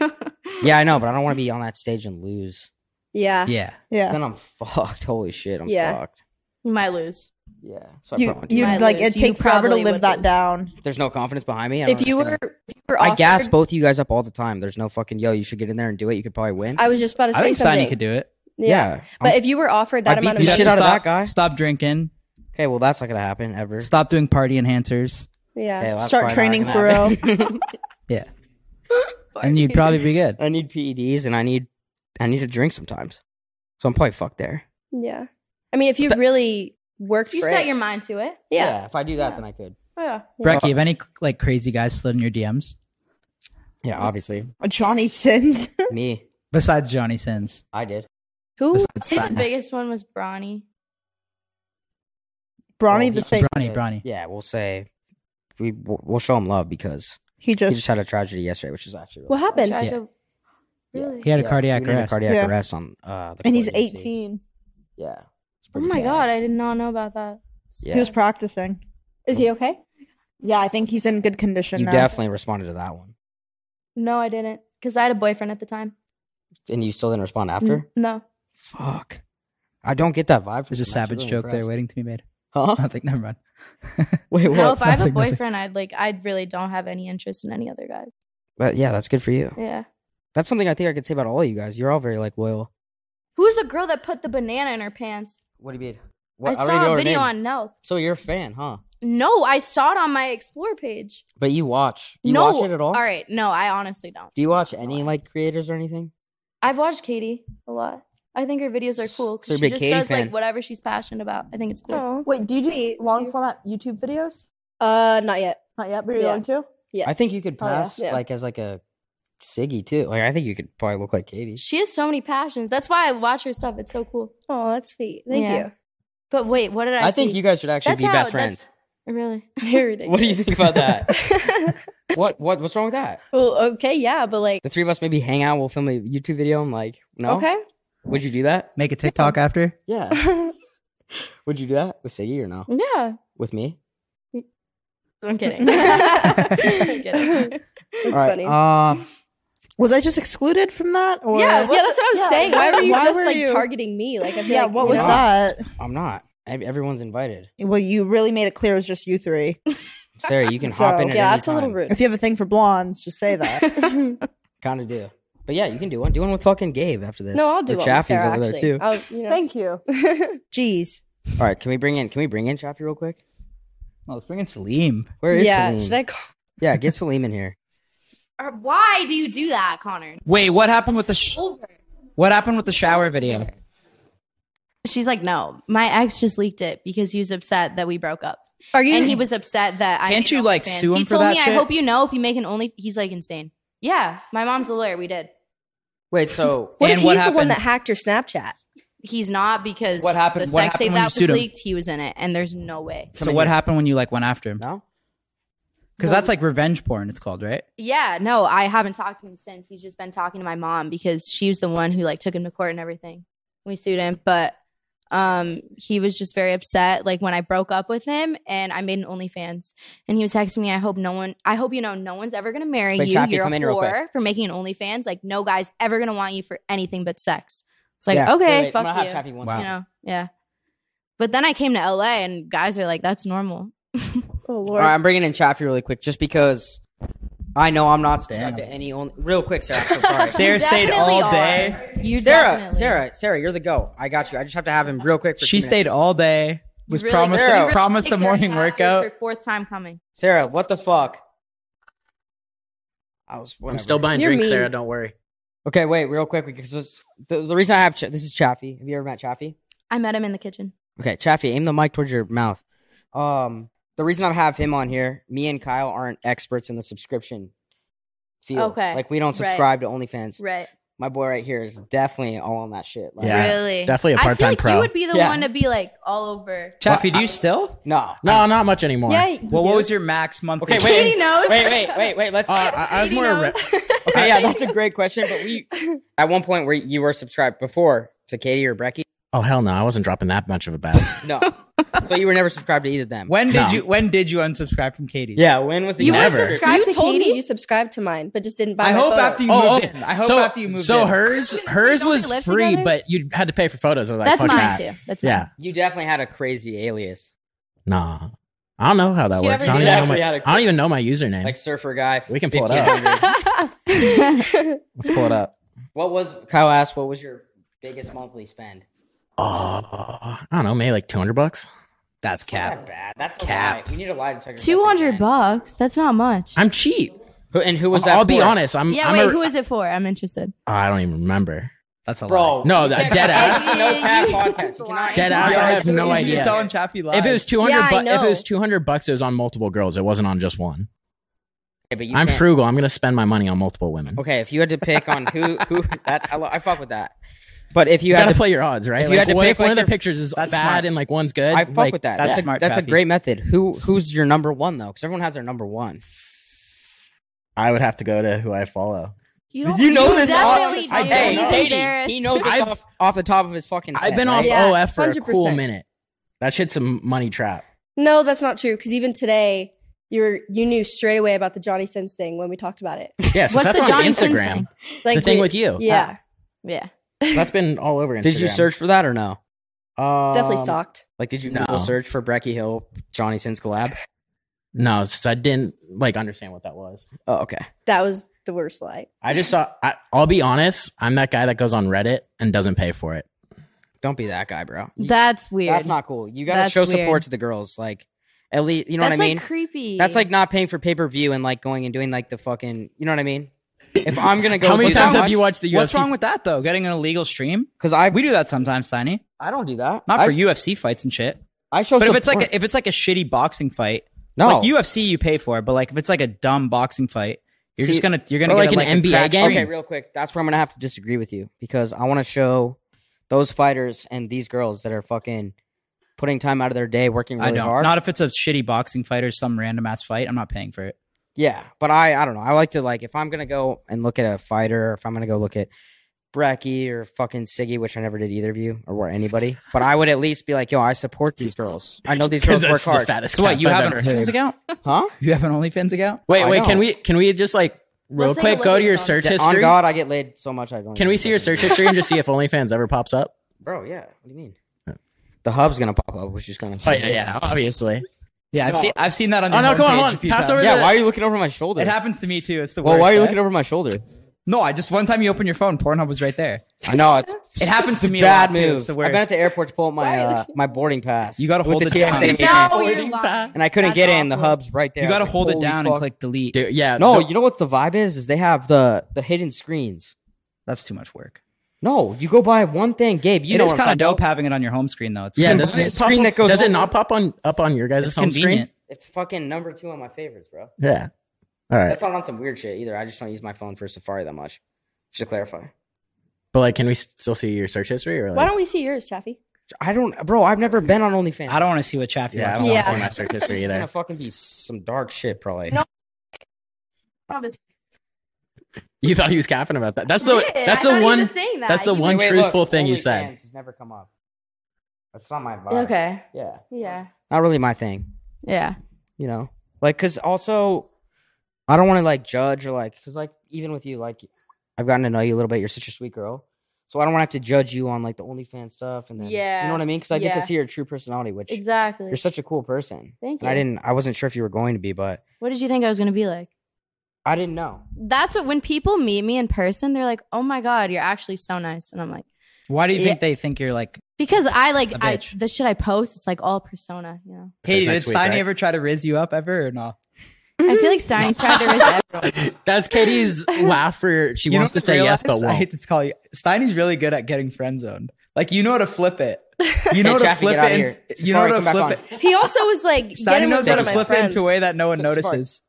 [SPEAKER 3] Yeah, I know, but I don't want to be on that stage and lose.
[SPEAKER 6] yeah,
[SPEAKER 2] Yeah.
[SPEAKER 4] Yeah.
[SPEAKER 3] Then I'm fucked. Holy shit, I'm
[SPEAKER 6] Yeah.
[SPEAKER 3] fucked.
[SPEAKER 5] you might lose.
[SPEAKER 3] Yeah. So I
[SPEAKER 4] You,
[SPEAKER 3] probably
[SPEAKER 4] you
[SPEAKER 5] Might
[SPEAKER 3] won't
[SPEAKER 4] like
[SPEAKER 5] lose.
[SPEAKER 4] it
[SPEAKER 5] You
[SPEAKER 4] take forever to
[SPEAKER 5] probably
[SPEAKER 4] live
[SPEAKER 5] would
[SPEAKER 4] that
[SPEAKER 5] lose.
[SPEAKER 4] down.
[SPEAKER 3] do it. There's no confidence behind me. I don't
[SPEAKER 6] if you were,
[SPEAKER 3] understand.
[SPEAKER 6] if you were
[SPEAKER 3] I
[SPEAKER 6] offered-
[SPEAKER 3] gas both you guys up all the time. There's no fucking yo. You should get in there and do it. You could probably win.
[SPEAKER 6] I was just about to say
[SPEAKER 2] I think
[SPEAKER 6] something.
[SPEAKER 2] Steiny could do it.
[SPEAKER 6] yeah, but
[SPEAKER 3] I'm-
[SPEAKER 6] if you were offered that
[SPEAKER 3] I beat
[SPEAKER 6] amount
[SPEAKER 3] the
[SPEAKER 6] of
[SPEAKER 2] You'd have
[SPEAKER 6] money,
[SPEAKER 3] shit
[SPEAKER 2] to
[SPEAKER 3] out of
[SPEAKER 2] stop-
[SPEAKER 3] that guy.
[SPEAKER 2] Stop drinking.
[SPEAKER 3] okay, well that's not gonna happen ever.
[SPEAKER 2] Stop doing party enhancers.
[SPEAKER 6] yeah,
[SPEAKER 3] Okay, well, that's
[SPEAKER 4] Start
[SPEAKER 3] probably not
[SPEAKER 4] training
[SPEAKER 3] gonna happen.
[SPEAKER 2] Yeah. and you'd probably be good.
[SPEAKER 3] I need PEDs and I need I need to drink sometimes. So I'm probably fucked there.
[SPEAKER 6] yeah. I mean, if you really worked,
[SPEAKER 5] If you
[SPEAKER 6] for
[SPEAKER 5] set
[SPEAKER 6] it-
[SPEAKER 5] your mind to it.
[SPEAKER 6] yeah.
[SPEAKER 3] if I do that,
[SPEAKER 5] Yeah.
[SPEAKER 3] then I could.
[SPEAKER 6] Oh,
[SPEAKER 5] Yeah.
[SPEAKER 2] Brecky, have any like crazy guys slid in your DMs
[SPEAKER 3] Yeah, obviously.
[SPEAKER 4] Johnny sins.
[SPEAKER 3] Me,
[SPEAKER 2] besides Johnny Sins?
[SPEAKER 3] I did.
[SPEAKER 6] Who?
[SPEAKER 2] Besides
[SPEAKER 5] His
[SPEAKER 2] Steiny.
[SPEAKER 5] biggest one was Bronny.
[SPEAKER 4] Bronny
[SPEAKER 3] Well,
[SPEAKER 4] Oh, the
[SPEAKER 3] he-
[SPEAKER 4] same.
[SPEAKER 2] Bronny, Bronny.
[SPEAKER 3] Yeah, we'll say we we'll we'll show him love because
[SPEAKER 4] He
[SPEAKER 3] he
[SPEAKER 4] just,
[SPEAKER 3] just had a tragedy yesterday, which is actually really
[SPEAKER 6] What
[SPEAKER 3] sad.
[SPEAKER 6] happened?
[SPEAKER 5] Tried
[SPEAKER 2] Yeah.
[SPEAKER 5] to- Really?
[SPEAKER 2] He had a
[SPEAKER 3] Yeah,
[SPEAKER 2] cardiac
[SPEAKER 3] he had a
[SPEAKER 2] arrest.
[SPEAKER 3] cardiac
[SPEAKER 4] Yeah.
[SPEAKER 3] arrest on uh, the
[SPEAKER 4] and he's
[SPEAKER 3] Court EMT.
[SPEAKER 4] 18.
[SPEAKER 3] Yeah. It's
[SPEAKER 5] Oh
[SPEAKER 3] pretty
[SPEAKER 5] my
[SPEAKER 3] sad.
[SPEAKER 5] god, I did not know about that.
[SPEAKER 3] Yeah.
[SPEAKER 4] He was practicing.
[SPEAKER 6] Is he okay?
[SPEAKER 4] Yeah, I think he's in good condition
[SPEAKER 3] you
[SPEAKER 4] now.
[SPEAKER 3] definitely responded to that one,
[SPEAKER 5] No, I didn't. Because I had a boyfriend at the time.
[SPEAKER 3] and you still didn't respond
[SPEAKER 5] N-
[SPEAKER 3] after.
[SPEAKER 5] No.
[SPEAKER 3] Fuck. I don't get that vibe. from
[SPEAKER 2] There's a
[SPEAKER 3] him. I'm actually
[SPEAKER 2] savage
[SPEAKER 3] really
[SPEAKER 2] joke there
[SPEAKER 3] impressed.
[SPEAKER 2] waiting to be made.
[SPEAKER 3] Huh?
[SPEAKER 2] Nothing. Never mind.
[SPEAKER 3] Wait, what?
[SPEAKER 5] No, if I have a
[SPEAKER 2] Nothing, nothing.
[SPEAKER 5] boyfriend, I'd like I really don't have any interest in any other guys.
[SPEAKER 3] But yeah, that's good for you.
[SPEAKER 5] Yeah.
[SPEAKER 3] That's something I think I could say about all of you guys. You're all very like loyal.
[SPEAKER 5] Who's the girl that put the banana in her pants?
[SPEAKER 3] What do you mean?
[SPEAKER 5] I saw a video on no.
[SPEAKER 3] So you're a fan, huh?
[SPEAKER 5] No, I saw it on my explore page.
[SPEAKER 3] But you watch. Do you
[SPEAKER 5] no.
[SPEAKER 3] watch it at all?
[SPEAKER 5] All right. No, I honestly don't.
[SPEAKER 3] Do you watch any like creators or anything?
[SPEAKER 5] I've watched Katie a lot. I think her videos are cool
[SPEAKER 3] So you're a
[SPEAKER 5] because she
[SPEAKER 3] big
[SPEAKER 5] just
[SPEAKER 3] Katy
[SPEAKER 5] does
[SPEAKER 3] fan. Oh.
[SPEAKER 5] like whatever she's passionate about. I think it's cool.
[SPEAKER 6] Oh.
[SPEAKER 4] Wait, do you do
[SPEAKER 6] Wait,
[SPEAKER 4] long
[SPEAKER 6] you-
[SPEAKER 4] format YouTube videos?
[SPEAKER 6] Uh, not yet.
[SPEAKER 4] Not yet, but you're
[SPEAKER 6] Yeah.
[SPEAKER 4] going to?
[SPEAKER 6] Yes.
[SPEAKER 3] I think you could
[SPEAKER 4] Oh, yeah.
[SPEAKER 3] pass
[SPEAKER 6] Yeah.
[SPEAKER 3] like as like a Siggy too. Like I think you could probably look like Katie.
[SPEAKER 5] She has so many passions. That's why I watch her stuff. It's so cool.
[SPEAKER 6] Oh, that's sweet. Thank
[SPEAKER 5] Yeah. But wait, what did I?
[SPEAKER 3] I, think
[SPEAKER 5] see?
[SPEAKER 3] you guys should actually
[SPEAKER 5] That's
[SPEAKER 3] be
[SPEAKER 5] how-
[SPEAKER 3] best
[SPEAKER 5] that's-
[SPEAKER 3] friends.
[SPEAKER 5] really.
[SPEAKER 6] you. You're ridiculous.
[SPEAKER 3] What do you think about that?
[SPEAKER 6] that?
[SPEAKER 3] what what what's wrong with that?
[SPEAKER 6] well, okay, yeah, but like,
[SPEAKER 3] The three of us maybe hang out. We'll film a YouTube video. I'm like, no.
[SPEAKER 6] okay.
[SPEAKER 3] Would you do that?
[SPEAKER 2] Make a TikTok after.
[SPEAKER 3] Yeah. Would you do that with Siggy or no?
[SPEAKER 5] Yeah.
[SPEAKER 3] With me?
[SPEAKER 5] I'm kidding. I'm kidding.
[SPEAKER 2] Um,
[SPEAKER 6] It's funny.
[SPEAKER 3] Uh,
[SPEAKER 4] Was I just excluded from that? Or
[SPEAKER 5] Yeah, what-
[SPEAKER 6] yeah, that's what I was
[SPEAKER 5] yeah,
[SPEAKER 6] saying. Why were you
[SPEAKER 4] why
[SPEAKER 6] just
[SPEAKER 4] were
[SPEAKER 6] like
[SPEAKER 4] you-
[SPEAKER 6] targeting me? Like, I feel
[SPEAKER 4] yeah,
[SPEAKER 6] like,
[SPEAKER 4] what
[SPEAKER 6] you
[SPEAKER 4] was
[SPEAKER 6] know,
[SPEAKER 4] that?
[SPEAKER 3] I'm not. I, everyone's invited.
[SPEAKER 4] Well, you really made it clear it was just you three.
[SPEAKER 3] Sarah, you can
[SPEAKER 4] So-
[SPEAKER 3] hop in. At
[SPEAKER 6] Yeah,
[SPEAKER 3] any
[SPEAKER 6] that's a little
[SPEAKER 3] time.
[SPEAKER 6] rude.
[SPEAKER 4] If you have a thing for blondes, just say that.
[SPEAKER 3] Kind of do. But yeah, you can do one. Do one with fucking Gabe after this.
[SPEAKER 6] no, I'll do one.
[SPEAKER 3] Or
[SPEAKER 6] with
[SPEAKER 3] Chaffee's
[SPEAKER 6] Sarah,
[SPEAKER 3] over
[SPEAKER 6] actually.
[SPEAKER 3] there too.
[SPEAKER 6] I'll, you know.
[SPEAKER 4] Thank you. Jeez.
[SPEAKER 3] All right, can we bring in? Can we bring in Chaffee real quick?
[SPEAKER 2] Well, let's bring in Salim.
[SPEAKER 3] Where is
[SPEAKER 6] yeah,
[SPEAKER 3] Salim?
[SPEAKER 6] should I call?
[SPEAKER 3] Yeah, get Salim in here.
[SPEAKER 5] Or Why do you do that, Connor?
[SPEAKER 2] Wait, what happened with the sh-
[SPEAKER 5] Over.
[SPEAKER 2] what happened with the shower video?
[SPEAKER 5] She's like, no, my ex just leaked it because he was upset that we broke up,
[SPEAKER 6] Are you?
[SPEAKER 5] and he was upset that I
[SPEAKER 2] Can't
[SPEAKER 5] made
[SPEAKER 2] you, like,
[SPEAKER 5] OnlyFans.
[SPEAKER 2] sue him
[SPEAKER 5] He
[SPEAKER 2] for
[SPEAKER 5] told
[SPEAKER 2] that
[SPEAKER 5] me, I
[SPEAKER 2] shit?
[SPEAKER 5] hope you know if you make an only. He's like insane. Yeah, my mom's a lawyer. We did.
[SPEAKER 3] Wait, so
[SPEAKER 6] What
[SPEAKER 2] And
[SPEAKER 6] if
[SPEAKER 2] what
[SPEAKER 6] he's the one
[SPEAKER 2] happened?
[SPEAKER 6] that hacked your Snapchat?
[SPEAKER 5] He's not because
[SPEAKER 2] What happened-
[SPEAKER 5] The
[SPEAKER 2] what
[SPEAKER 5] sex
[SPEAKER 2] happened
[SPEAKER 5] tape
[SPEAKER 2] when you
[SPEAKER 5] that was
[SPEAKER 2] sued him?
[SPEAKER 5] leaked, he was in it, and there's no way.
[SPEAKER 2] So
[SPEAKER 3] Come in
[SPEAKER 2] what
[SPEAKER 3] here.
[SPEAKER 2] happened when you like went after him?
[SPEAKER 3] no.
[SPEAKER 2] Because that's like revenge porn. It's called right.
[SPEAKER 5] Yeah, no, I haven't talked to him since. He's just been talking to my mom because she was the one who like took him to court and everything. We sued him, but um he was just very upset like when I broke up with him and I made an OnlyFans and he was texting me, I hope no one I hope you know no one's ever gonna marry
[SPEAKER 3] Wait,
[SPEAKER 5] you.
[SPEAKER 3] Chappie,
[SPEAKER 5] You're a
[SPEAKER 3] come in real quick.
[SPEAKER 5] whore for making an OnlyFans. Like no guy's ever gonna want you for anything but sex. It's like,
[SPEAKER 3] Yeah.
[SPEAKER 5] okay,
[SPEAKER 3] Wait, wait, I'm
[SPEAKER 5] fuck
[SPEAKER 3] gonna
[SPEAKER 5] you.
[SPEAKER 3] Have Chaffee once.
[SPEAKER 2] Wow.
[SPEAKER 5] You know, yeah. But then I came to LA and guys are like, that's normal.
[SPEAKER 6] Oh
[SPEAKER 3] All
[SPEAKER 6] Lord.
[SPEAKER 3] right, I'm bringing in Chaffee really quick, just because I know I'm not subscribed
[SPEAKER 2] Damn.
[SPEAKER 3] to any only. Real quick, Sarah. I'm so sorry.
[SPEAKER 2] Sarah
[SPEAKER 5] You
[SPEAKER 2] stayed
[SPEAKER 5] definitely
[SPEAKER 2] all
[SPEAKER 5] are.
[SPEAKER 2] day.
[SPEAKER 5] You
[SPEAKER 3] Sarah,
[SPEAKER 5] definitely-
[SPEAKER 3] Sarah, Sarah, you're the go. I got you. I just have to have him real quick. For
[SPEAKER 2] She
[SPEAKER 3] two minutes.
[SPEAKER 2] stayed all day. Was
[SPEAKER 5] Really
[SPEAKER 2] promised
[SPEAKER 5] good.
[SPEAKER 3] Sarah.
[SPEAKER 5] Really
[SPEAKER 2] promised the
[SPEAKER 5] picked her.
[SPEAKER 2] morning
[SPEAKER 5] It's
[SPEAKER 2] workout.
[SPEAKER 5] her fourth time coming.
[SPEAKER 3] Sarah, what the fuck? I was.
[SPEAKER 1] I'm
[SPEAKER 3] whatever.
[SPEAKER 1] still buying
[SPEAKER 6] You're
[SPEAKER 1] drinks,
[SPEAKER 6] mean.
[SPEAKER 1] Sarah. Don't worry.
[SPEAKER 3] Okay, wait, real quick, because this, the, the reason I have Ch- this is Chaffee. Have you ever met Chaffee?
[SPEAKER 5] I met him in the kitchen.
[SPEAKER 3] Okay, Chaffee, aim the mic towards your mouth. Um, the reason I have him on here, me and Kyle aren't experts in the subscription field.
[SPEAKER 5] Okay,
[SPEAKER 3] like we don't
[SPEAKER 5] right.
[SPEAKER 3] subscribe to OnlyFans.
[SPEAKER 5] Right.
[SPEAKER 3] My boy right here is definitely all on that shit. Like,
[SPEAKER 1] Yeah,
[SPEAKER 5] really.
[SPEAKER 1] definitely a
[SPEAKER 5] I feel
[SPEAKER 1] part-time
[SPEAKER 5] like
[SPEAKER 1] pro.
[SPEAKER 5] You would be the
[SPEAKER 3] Yeah.
[SPEAKER 5] one to be like all over.
[SPEAKER 2] Chaffee, do you still?
[SPEAKER 3] No,
[SPEAKER 1] No, not much anymore.
[SPEAKER 6] yeah.
[SPEAKER 2] Well, what was your max monthly?
[SPEAKER 3] Okay, wait.
[SPEAKER 5] Katie knows.
[SPEAKER 3] Wait, wait, wait, wait. Let's.
[SPEAKER 1] Uh, I, I was
[SPEAKER 5] Katie
[SPEAKER 1] more. of a-
[SPEAKER 5] knows.
[SPEAKER 3] okay, yeah, that's a great question. But we, at one point, where you were subscribed before to Katie or Brecky.
[SPEAKER 1] oh hell no! I wasn't dropping that much of a bag.
[SPEAKER 3] No, so you were never subscribed to either of them.
[SPEAKER 2] When did
[SPEAKER 1] No.
[SPEAKER 2] you when did you unsubscribe from Katie?
[SPEAKER 3] Yeah, when was the
[SPEAKER 5] You were
[SPEAKER 1] Never.
[SPEAKER 5] subscribed
[SPEAKER 6] you
[SPEAKER 5] to
[SPEAKER 6] told
[SPEAKER 5] Katie's?
[SPEAKER 6] me you subscribed to mine, but just didn't buy.
[SPEAKER 2] I
[SPEAKER 6] my
[SPEAKER 2] hope
[SPEAKER 6] photos.
[SPEAKER 2] after you
[SPEAKER 1] oh,
[SPEAKER 2] moved
[SPEAKER 1] oh,
[SPEAKER 2] in. I hope
[SPEAKER 1] so,
[SPEAKER 2] after you moved
[SPEAKER 1] so
[SPEAKER 2] in.
[SPEAKER 1] hers,
[SPEAKER 5] gonna say,
[SPEAKER 1] hers
[SPEAKER 5] don't we
[SPEAKER 1] was
[SPEAKER 5] live
[SPEAKER 1] free,
[SPEAKER 5] together?
[SPEAKER 1] but you had to pay for photos. I was like,
[SPEAKER 5] That's
[SPEAKER 1] fuck
[SPEAKER 5] mine
[SPEAKER 1] that.
[SPEAKER 5] too. That's mine.
[SPEAKER 1] Yeah,
[SPEAKER 3] You definitely had a crazy alias,
[SPEAKER 1] nah. I don't know how that
[SPEAKER 5] Did you
[SPEAKER 1] works.
[SPEAKER 5] ever
[SPEAKER 1] I don't,
[SPEAKER 5] do
[SPEAKER 1] even
[SPEAKER 3] that?
[SPEAKER 1] know my,
[SPEAKER 3] Yeah,
[SPEAKER 1] I don't even know my username.
[SPEAKER 3] like surfer guy.
[SPEAKER 1] We can pull it up.
[SPEAKER 3] 1500.
[SPEAKER 1] Let's pull it up.
[SPEAKER 3] what was Kyle asked? What was your biggest monthly spend?
[SPEAKER 1] Oh, I don't know, maybe like two hundred bucks.
[SPEAKER 2] That's cap.
[SPEAKER 3] Not bad. That's a
[SPEAKER 2] Cap.
[SPEAKER 3] lie. We need a lie detector.
[SPEAKER 5] Two hundred bucks. That's not much.
[SPEAKER 1] I'm cheap.
[SPEAKER 3] Who, and who was that?
[SPEAKER 1] I'll be
[SPEAKER 3] for?
[SPEAKER 1] honest. I'm.
[SPEAKER 5] yeah.
[SPEAKER 1] I'm
[SPEAKER 5] wait.
[SPEAKER 1] a-
[SPEAKER 5] who is it for? I'm interested.
[SPEAKER 1] I don't even remember.
[SPEAKER 2] That's a
[SPEAKER 3] bro.
[SPEAKER 2] lot.
[SPEAKER 1] No, that- dead ass.
[SPEAKER 3] That's no cap
[SPEAKER 5] You-
[SPEAKER 3] podcast. You cannot-
[SPEAKER 1] Dead ass. I have no
[SPEAKER 2] You're
[SPEAKER 1] idea.
[SPEAKER 2] telling Chaffee lies.
[SPEAKER 1] If it was two hundred,
[SPEAKER 6] Yeah, I
[SPEAKER 1] bu- if it
[SPEAKER 6] know.
[SPEAKER 1] was two hundred bucks, it was on multiple girls. It wasn't on just one.
[SPEAKER 3] Okay, but you
[SPEAKER 1] I'm
[SPEAKER 3] can't-
[SPEAKER 1] frugal. I'm gonna spend my money on multiple women.
[SPEAKER 3] Okay, if you had to pick on who who that I, lo- I fuck with that, but if you,
[SPEAKER 1] You
[SPEAKER 3] had
[SPEAKER 1] gotta
[SPEAKER 3] to
[SPEAKER 1] play your odds, right?
[SPEAKER 3] if you
[SPEAKER 1] Like,
[SPEAKER 3] had to
[SPEAKER 1] what
[SPEAKER 3] pick,
[SPEAKER 1] if one
[SPEAKER 3] like,
[SPEAKER 1] of the
[SPEAKER 3] your-
[SPEAKER 1] pictures is
[SPEAKER 2] That's
[SPEAKER 1] bad
[SPEAKER 2] smart.
[SPEAKER 1] and like one's good,
[SPEAKER 3] I fuck
[SPEAKER 1] like,
[SPEAKER 3] with that.
[SPEAKER 2] that's
[SPEAKER 3] That's,
[SPEAKER 2] smart,
[SPEAKER 3] That's a
[SPEAKER 2] Pappy.
[SPEAKER 3] great method. Who who's your number one though? Because everyone has their number one.
[SPEAKER 1] I would have to go to who I follow.
[SPEAKER 5] You don't.
[SPEAKER 2] You know this all-
[SPEAKER 5] Definitely
[SPEAKER 2] I
[SPEAKER 5] do.
[SPEAKER 2] don't
[SPEAKER 5] He's
[SPEAKER 2] know.
[SPEAKER 5] embarrassed.
[SPEAKER 3] He knows this
[SPEAKER 1] I've-
[SPEAKER 3] off, off the top of his fucking.
[SPEAKER 1] I've
[SPEAKER 3] head,
[SPEAKER 1] been off
[SPEAKER 3] right?
[SPEAKER 6] Yeah,
[SPEAKER 1] OF for a cool
[SPEAKER 6] 100%.
[SPEAKER 1] minute. That shit's a m- money trap.
[SPEAKER 6] No, that's not true. Because even today, you were you knew straight away about the Johnny Sins thing when we talked about it.
[SPEAKER 1] Yes,
[SPEAKER 5] What's
[SPEAKER 1] that's
[SPEAKER 5] the
[SPEAKER 1] on
[SPEAKER 5] Johnny Sins
[SPEAKER 1] Instagram.
[SPEAKER 5] thing?
[SPEAKER 6] Like
[SPEAKER 1] the thing
[SPEAKER 6] we-
[SPEAKER 1] with you.
[SPEAKER 6] Yeah,
[SPEAKER 5] Yeah.
[SPEAKER 1] That's been all over Instagram.
[SPEAKER 3] Did you search for that or no? Um,
[SPEAKER 6] definitely stalked.
[SPEAKER 3] Like, did you
[SPEAKER 1] No.
[SPEAKER 3] Google search for Brecky Hill Johnny Sins collab?
[SPEAKER 1] No, since I didn't like understand what that was.
[SPEAKER 3] Oh, okay.
[SPEAKER 6] That was the worst lie.
[SPEAKER 1] I just saw. I, I'll be honest. I'm that guy that goes on Reddit and doesn't pay for it.
[SPEAKER 3] Don't be that guy, bro. You-
[SPEAKER 5] That's weird.
[SPEAKER 3] That's not cool. You gotta
[SPEAKER 5] That's
[SPEAKER 3] show support
[SPEAKER 5] weird.
[SPEAKER 3] to the girls. Like, at least you know
[SPEAKER 5] That's
[SPEAKER 3] what I mean.
[SPEAKER 5] like creepy.
[SPEAKER 3] That's like not paying for pay per view and like going and doing like the fucking. You know what I mean? If I'm gonna go,
[SPEAKER 1] How many
[SPEAKER 2] what's
[SPEAKER 1] times
[SPEAKER 2] wrong
[SPEAKER 1] have you watched the UFC?
[SPEAKER 2] What's wrong with that though? Getting an illegal stream?
[SPEAKER 3] Because I
[SPEAKER 2] We do that sometimes, Tiny.
[SPEAKER 3] I don't do that.
[SPEAKER 2] Not
[SPEAKER 3] I,
[SPEAKER 2] for UFC fights and shit.
[SPEAKER 3] I
[SPEAKER 1] Oh,
[SPEAKER 3] show.
[SPEAKER 2] But if it's like
[SPEAKER 3] support.
[SPEAKER 2] a, if it's like a shitty boxing fight,
[SPEAKER 3] no,
[SPEAKER 2] like UFC you pay for, but like if it's like a dumb boxing fight, you're
[SPEAKER 3] See-
[SPEAKER 2] just gonna you're
[SPEAKER 1] or
[SPEAKER 2] gonna
[SPEAKER 1] like
[SPEAKER 2] get
[SPEAKER 1] an
[SPEAKER 2] a, a
[SPEAKER 1] NBA
[SPEAKER 2] crack
[SPEAKER 1] game?
[SPEAKER 2] stream.
[SPEAKER 3] Okay, real quick. That's where I'm gonna have to disagree with you because I want to show those fighters and these girls that are fucking putting time out of their day, working really
[SPEAKER 2] I don't.
[SPEAKER 3] hard.
[SPEAKER 2] Not if it's a shitty boxing fight or some random ass fight. I'm not paying for it.
[SPEAKER 3] yeah, but I, I don't know. I like to like if I'm gonna go and look at a fighter, or if I'm gonna go look at Bracky or fucking Siggy, which I never did either of you or were anybody. But I would at least be like, yo, I support these girls. I know these girls
[SPEAKER 1] 'Cause
[SPEAKER 3] work
[SPEAKER 1] that's the
[SPEAKER 3] hard,
[SPEAKER 1] fattest.
[SPEAKER 2] So what? You
[SPEAKER 1] cap I've
[SPEAKER 2] have an
[SPEAKER 1] ever heard.
[SPEAKER 2] OnlyFans account?
[SPEAKER 3] huh?
[SPEAKER 2] You have an OnlyFans account?
[SPEAKER 1] Wait,
[SPEAKER 3] I
[SPEAKER 1] wait.
[SPEAKER 3] know.
[SPEAKER 1] Can we can we just like Real
[SPEAKER 5] take a
[SPEAKER 1] quick,
[SPEAKER 5] look
[SPEAKER 1] go
[SPEAKER 5] at
[SPEAKER 1] to your
[SPEAKER 5] your
[SPEAKER 1] search
[SPEAKER 3] Yeah, on
[SPEAKER 1] history.
[SPEAKER 3] God, I get laid so much I don't.
[SPEAKER 1] Can
[SPEAKER 3] even
[SPEAKER 1] we see your
[SPEAKER 3] fucking-
[SPEAKER 1] search history and just see if OnlyFans ever pops up?
[SPEAKER 3] bro? Yeah. What do you mean? The hub's gonna pop up, which is kind of.
[SPEAKER 1] Oh yeah, yeah, obviously.
[SPEAKER 2] Yeah, I've seen I've seen that on.
[SPEAKER 1] Oh,
[SPEAKER 2] Your
[SPEAKER 1] no,
[SPEAKER 2] homepage
[SPEAKER 1] come on, hold on.
[SPEAKER 2] a few
[SPEAKER 1] Pass
[SPEAKER 2] times.
[SPEAKER 1] over
[SPEAKER 3] Yeah.
[SPEAKER 1] the-
[SPEAKER 3] Why are you looking over my shoulder?
[SPEAKER 2] It happens to me too. It's the worst.
[SPEAKER 3] well, why are you
[SPEAKER 2] eh?
[SPEAKER 3] looking over my shoulder?
[SPEAKER 2] No, I just one time you opened your phone, Pornhub was right there.
[SPEAKER 3] I know it's
[SPEAKER 2] It happens to me a
[SPEAKER 3] bad
[SPEAKER 2] lot
[SPEAKER 3] move.
[SPEAKER 2] too. It's the
[SPEAKER 3] I've been at
[SPEAKER 2] worst.
[SPEAKER 3] the airport to pull up my uh, my boarding pass.
[SPEAKER 2] You gotta
[SPEAKER 3] with
[SPEAKER 2] hold
[SPEAKER 3] the
[SPEAKER 2] it down.
[SPEAKER 3] TSA
[SPEAKER 2] No,
[SPEAKER 3] agent.
[SPEAKER 5] No, you're
[SPEAKER 1] Boarding
[SPEAKER 5] lying.
[SPEAKER 1] pass.
[SPEAKER 3] and I couldn't
[SPEAKER 5] That's
[SPEAKER 3] get in. The
[SPEAKER 5] awful.
[SPEAKER 3] hub's right there.
[SPEAKER 2] You gotta
[SPEAKER 3] Like,
[SPEAKER 2] hold it
[SPEAKER 3] holy
[SPEAKER 2] down
[SPEAKER 3] fuck.
[SPEAKER 2] and click delete.
[SPEAKER 1] Dude, yeah.
[SPEAKER 3] No,
[SPEAKER 1] the-
[SPEAKER 3] you know what the vibe is? Is they have the the hidden screens.
[SPEAKER 2] That's too much work.
[SPEAKER 3] No, you go buy one thing, Gabe. You
[SPEAKER 2] it
[SPEAKER 3] know
[SPEAKER 2] is
[SPEAKER 3] what I'm
[SPEAKER 2] kind of
[SPEAKER 3] talking about.
[SPEAKER 2] dope having it on your home screen though. It's
[SPEAKER 1] yeah.
[SPEAKER 2] good.
[SPEAKER 1] Does,
[SPEAKER 3] Why
[SPEAKER 1] it,
[SPEAKER 3] is the screen that goes
[SPEAKER 1] does it
[SPEAKER 3] over?
[SPEAKER 1] not pop on up on your guys'
[SPEAKER 2] it's
[SPEAKER 1] home
[SPEAKER 2] convenient.
[SPEAKER 3] It's fucking number two on my favorites, bro.
[SPEAKER 1] screen? Yeah. All right,
[SPEAKER 3] That's not on some weird shit either. I just don't use my phone for Safari that much. Just to clarify,
[SPEAKER 1] but like, can we s- still see your search history? Or like,
[SPEAKER 6] Why don't we see yours, Chaffee?
[SPEAKER 3] I don't, bro. I've never been on OnlyFans.
[SPEAKER 2] I don't want to see what Chaffee
[SPEAKER 1] yeah, I
[SPEAKER 2] watches.
[SPEAKER 1] don't want
[SPEAKER 6] Yeah.
[SPEAKER 1] to see my search history
[SPEAKER 3] It's gonna
[SPEAKER 1] either.
[SPEAKER 3] fucking be some dark shit, probably.
[SPEAKER 5] No. Promise.
[SPEAKER 1] You thought he was capping about that. That's
[SPEAKER 5] I
[SPEAKER 1] the
[SPEAKER 5] did. I
[SPEAKER 1] that's
[SPEAKER 5] thought
[SPEAKER 1] the
[SPEAKER 5] he was
[SPEAKER 1] one.
[SPEAKER 5] just saying that.
[SPEAKER 1] that's the
[SPEAKER 5] You-
[SPEAKER 1] one- truthful thing you said.
[SPEAKER 3] OnlyFans has never come up. That's not my vibe.
[SPEAKER 5] Okay.
[SPEAKER 3] Yeah.
[SPEAKER 5] Yeah.
[SPEAKER 3] Not really my thing.
[SPEAKER 5] Yeah.
[SPEAKER 3] you know like because also i don't want to like judge or like because like even with you like i've gotten to know you a little bit you're such a sweet girl so i don't want to have to judge you on like the OnlyFans stuff and then you
[SPEAKER 5] Yeah,
[SPEAKER 3] know what i mean because i get
[SPEAKER 5] yeah.
[SPEAKER 3] to see your true personality which
[SPEAKER 5] Exactly.
[SPEAKER 3] you're such a cool person
[SPEAKER 5] Thank
[SPEAKER 3] And i
[SPEAKER 5] you.
[SPEAKER 3] didn't i wasn't sure if you were going to be but
[SPEAKER 5] what did you think I was gonna be like?
[SPEAKER 3] i didn't know
[SPEAKER 5] That's what when people meet me in person, they're like, "Oh my god, you're actually so nice," and I'm like,
[SPEAKER 2] Why do you
[SPEAKER 5] Yeah.
[SPEAKER 2] think they think you're like?
[SPEAKER 5] because I like
[SPEAKER 2] A
[SPEAKER 5] I,
[SPEAKER 2] bitch.
[SPEAKER 5] the shit I post, it's like all persona, you know.
[SPEAKER 2] Hey,
[SPEAKER 1] That's
[SPEAKER 2] did
[SPEAKER 1] next week,
[SPEAKER 2] Steiny
[SPEAKER 1] right?
[SPEAKER 2] ever try to riz you up ever or no?
[SPEAKER 5] I feel like Stein tried to raise everyone.
[SPEAKER 1] That's Katie's laugh for she
[SPEAKER 2] You know
[SPEAKER 1] wants to
[SPEAKER 2] what I
[SPEAKER 1] say yes but
[SPEAKER 2] realized? I hate
[SPEAKER 1] won't.
[SPEAKER 2] to call you. Steiny's really good at getting friend zoned. Like you know how to flip it. You know
[SPEAKER 3] Hey,
[SPEAKER 2] how to
[SPEAKER 3] Chaffee,
[SPEAKER 2] flip
[SPEAKER 3] get
[SPEAKER 2] it.
[SPEAKER 3] out of
[SPEAKER 2] and-
[SPEAKER 3] here.
[SPEAKER 2] You know how to
[SPEAKER 3] Safari, come back
[SPEAKER 2] flip it.
[SPEAKER 6] He also was like,
[SPEAKER 2] Steiny
[SPEAKER 6] getting
[SPEAKER 2] knows
[SPEAKER 6] with
[SPEAKER 2] how
[SPEAKER 6] one
[SPEAKER 2] to
[SPEAKER 6] of my
[SPEAKER 2] flip it
[SPEAKER 6] friends.
[SPEAKER 2] into a way that no one
[SPEAKER 3] So Safari-
[SPEAKER 2] notices.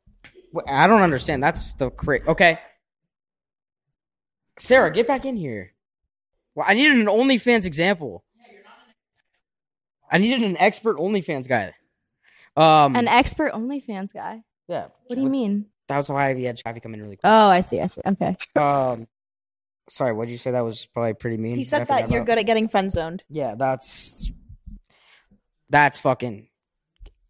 [SPEAKER 3] Wh- i don't understand that's the correct okay sarah get back in here well, i needed an OnlyFans example i needed an expert OnlyFans guy um
[SPEAKER 5] An expert OnlyFans guy.
[SPEAKER 3] yeah
[SPEAKER 5] What do you
[SPEAKER 3] with-
[SPEAKER 5] mean?
[SPEAKER 3] That was why we had Chavi come in really quick.
[SPEAKER 5] Oh, I see. I see. Okay.
[SPEAKER 3] um, sorry, what did you say? That was probably pretty mean.
[SPEAKER 4] He
[SPEAKER 3] Did I
[SPEAKER 4] said
[SPEAKER 3] forget
[SPEAKER 4] that you're
[SPEAKER 3] about-
[SPEAKER 4] good at getting friend zoned.
[SPEAKER 3] Yeah, that's that's fucking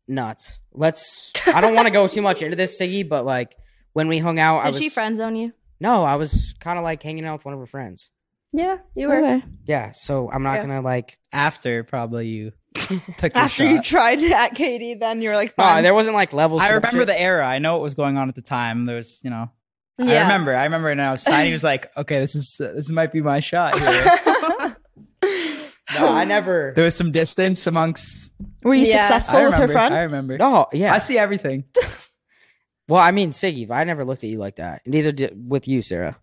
[SPEAKER 3] nuts. Let's. I don't want to go too much into this, Siggy, but like when we hung out, I
[SPEAKER 5] Did
[SPEAKER 3] was
[SPEAKER 5] she friend zone you?
[SPEAKER 3] no, I was kind of like hanging out with one of her friends.
[SPEAKER 6] Yeah, you were.
[SPEAKER 5] Okay.
[SPEAKER 3] Yeah, so I'm not
[SPEAKER 6] Yeah.
[SPEAKER 3] gonna like.
[SPEAKER 2] After probably you took your
[SPEAKER 4] After you
[SPEAKER 2] shot.
[SPEAKER 4] tried it at Katie, then you were like,
[SPEAKER 3] No,
[SPEAKER 4] fine.
[SPEAKER 3] Oh, there wasn't like levels.
[SPEAKER 2] I
[SPEAKER 3] to
[SPEAKER 2] remember
[SPEAKER 3] shit.
[SPEAKER 2] the era. I know what was going on at the time. There was, you know, I
[SPEAKER 5] Yeah.
[SPEAKER 2] remember. I remember now. Steiny was like, "Okay, this is uh, this might be my shot." Here.
[SPEAKER 3] No, I never.
[SPEAKER 2] there was some distance amongst.
[SPEAKER 4] were you
[SPEAKER 6] Yeah.
[SPEAKER 4] successful
[SPEAKER 2] I
[SPEAKER 4] with
[SPEAKER 2] remember.
[SPEAKER 4] her friend?
[SPEAKER 2] I remember.
[SPEAKER 3] No, yeah.
[SPEAKER 2] I see everything.
[SPEAKER 3] Well, I mean, Siggy, I never looked at you like that. Neither did with you, Sarah.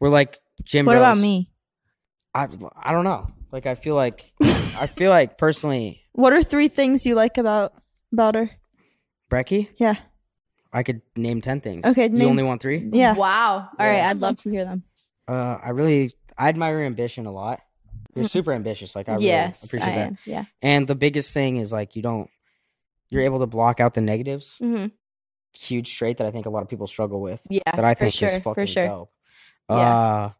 [SPEAKER 3] We're like Jim.
[SPEAKER 5] What about
[SPEAKER 3] bros.
[SPEAKER 5] me?
[SPEAKER 3] I I don't know. Like I feel like I feel like personally,
[SPEAKER 4] What are three things you like about about her?
[SPEAKER 3] Brecky,
[SPEAKER 4] Yeah,
[SPEAKER 3] I could name ten things.
[SPEAKER 4] Okay,
[SPEAKER 3] you
[SPEAKER 4] name-
[SPEAKER 3] only want three.
[SPEAKER 4] yeah.
[SPEAKER 5] Wow. All right.
[SPEAKER 3] Yeah.
[SPEAKER 5] I'd love to hear them.
[SPEAKER 3] Uh, I really I admire your ambition a lot. You're super ambitious. Like I really
[SPEAKER 5] yes.
[SPEAKER 3] appreciate
[SPEAKER 5] I
[SPEAKER 3] that.
[SPEAKER 5] am. Yeah.
[SPEAKER 3] And the biggest thing is like you don't you're able to block out the negatives.
[SPEAKER 5] hmm
[SPEAKER 3] Huge trait that I think a lot of people struggle with.
[SPEAKER 5] Yeah.
[SPEAKER 3] that I
[SPEAKER 5] for
[SPEAKER 3] think
[SPEAKER 5] sure.
[SPEAKER 3] is fucking
[SPEAKER 5] for sure.
[SPEAKER 3] dope.
[SPEAKER 5] Yeah.
[SPEAKER 3] Uh,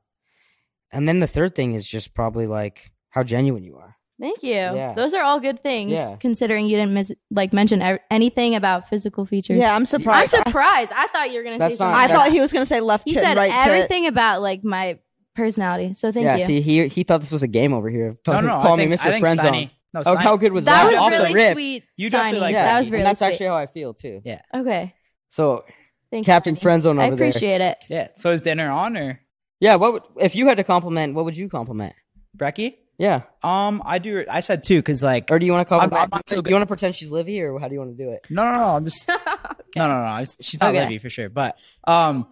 [SPEAKER 3] and then the third thing is just probably like how genuine you are.
[SPEAKER 5] Thank you.
[SPEAKER 3] Yeah.
[SPEAKER 5] Those are all good things.
[SPEAKER 3] Yeah.
[SPEAKER 5] Considering you didn't mis- like mention e- anything about physical features.
[SPEAKER 4] Yeah, I'm
[SPEAKER 5] I'm
[SPEAKER 4] surprised. I-
[SPEAKER 5] surprised. I thought you were gonna
[SPEAKER 3] That's
[SPEAKER 5] say
[SPEAKER 3] not-
[SPEAKER 5] something.
[SPEAKER 4] I
[SPEAKER 5] else.
[SPEAKER 4] thought he was gonna say left
[SPEAKER 5] He
[SPEAKER 4] tit,
[SPEAKER 5] said
[SPEAKER 4] right tit.
[SPEAKER 5] everything about like my personality. So thank
[SPEAKER 3] yeah,
[SPEAKER 5] you.
[SPEAKER 3] see, he he thought this was a game over here.
[SPEAKER 2] No, no, no.
[SPEAKER 3] Call
[SPEAKER 2] I think,
[SPEAKER 3] me
[SPEAKER 2] I
[SPEAKER 3] Mr.
[SPEAKER 2] think
[SPEAKER 3] Friendzone.
[SPEAKER 2] Steiny- No,
[SPEAKER 3] Oh,
[SPEAKER 2] Steiny-
[SPEAKER 3] how good was
[SPEAKER 5] that
[SPEAKER 3] that?
[SPEAKER 5] was
[SPEAKER 3] Off the
[SPEAKER 5] really
[SPEAKER 3] rip.
[SPEAKER 5] sweet,
[SPEAKER 2] You
[SPEAKER 5] Sonny.
[SPEAKER 2] definitely like
[SPEAKER 5] that
[SPEAKER 2] that.
[SPEAKER 5] was
[SPEAKER 3] and
[SPEAKER 5] really
[SPEAKER 3] that's
[SPEAKER 5] sweet.
[SPEAKER 3] actually how I feel too.
[SPEAKER 2] Yeah.
[SPEAKER 5] okay.
[SPEAKER 3] So
[SPEAKER 5] Thanks,
[SPEAKER 3] Captain
[SPEAKER 5] Sonny.
[SPEAKER 3] Friendzone over
[SPEAKER 5] I appreciate it.
[SPEAKER 2] Yeah. So is dinner on or
[SPEAKER 3] there. Yeah, what would, if you had to compliment, what would you compliment?
[SPEAKER 2] Brecky?
[SPEAKER 3] Yeah.
[SPEAKER 2] Um, I do. I said two because like.
[SPEAKER 3] Or do you want to
[SPEAKER 2] I'm-
[SPEAKER 3] compliment?
[SPEAKER 2] I'm not
[SPEAKER 3] do
[SPEAKER 2] so
[SPEAKER 3] you
[SPEAKER 2] good.
[SPEAKER 3] want to pretend she's Livy or how do you want to do it?
[SPEAKER 2] No, no, no. I'm just. No, no, no. I was- she's not
[SPEAKER 5] Okay.
[SPEAKER 2] Libby for sure. But um,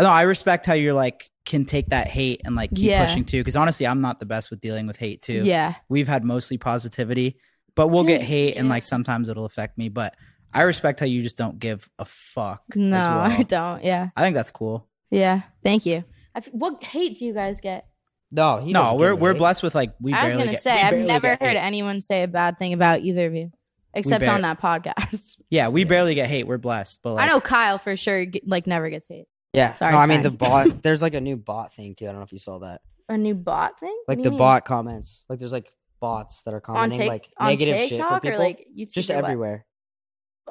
[SPEAKER 2] no, I respect how you're like can take that hate and like keep
[SPEAKER 5] Yeah.
[SPEAKER 2] pushing too. Because honestly, I'm not the best with dealing with hate too.
[SPEAKER 5] Yeah.
[SPEAKER 2] we've had mostly positivity, but we'll get
[SPEAKER 5] Good.
[SPEAKER 2] hate and
[SPEAKER 5] Yeah.
[SPEAKER 2] like sometimes it'll affect me. But I respect how you just don't give a fuck. as
[SPEAKER 5] No, I
[SPEAKER 2] well.
[SPEAKER 5] don't. Yeah.
[SPEAKER 2] I think that's cool.
[SPEAKER 5] Yeah. Thank you. I f- what hate do you guys get?
[SPEAKER 3] No, he
[SPEAKER 2] no,
[SPEAKER 3] doesn't
[SPEAKER 2] we're
[SPEAKER 3] give a
[SPEAKER 2] we're
[SPEAKER 3] hate.
[SPEAKER 2] blessed with like we.
[SPEAKER 5] I was
[SPEAKER 2] barely
[SPEAKER 5] gonna
[SPEAKER 2] get-
[SPEAKER 5] say
[SPEAKER 2] we
[SPEAKER 5] I've
[SPEAKER 2] barely
[SPEAKER 5] never
[SPEAKER 2] get
[SPEAKER 5] heard
[SPEAKER 2] hate.
[SPEAKER 5] anyone say a bad thing about either of you, except
[SPEAKER 2] bar-
[SPEAKER 5] on that podcast.
[SPEAKER 2] Yeah, we barely get hate. We're blessed, but like,
[SPEAKER 5] I know Kyle for sure. Get, like never gets hate.
[SPEAKER 3] Yeah.
[SPEAKER 5] Sorry,
[SPEAKER 3] no, I mean
[SPEAKER 5] Sonny.
[SPEAKER 3] the bot. There's like a new bot thing too. I don't know if you saw that.
[SPEAKER 5] A new bot thing? What do
[SPEAKER 3] Like
[SPEAKER 5] you
[SPEAKER 3] the
[SPEAKER 5] mean?
[SPEAKER 3] bot comments. Like there's like bots that are
[SPEAKER 5] on
[SPEAKER 3] commenting
[SPEAKER 5] Tik
[SPEAKER 3] like
[SPEAKER 5] on
[SPEAKER 3] negative shit for
[SPEAKER 5] TikTok
[SPEAKER 3] people.
[SPEAKER 5] or like YouTube
[SPEAKER 3] just
[SPEAKER 5] or what?
[SPEAKER 3] everywhere.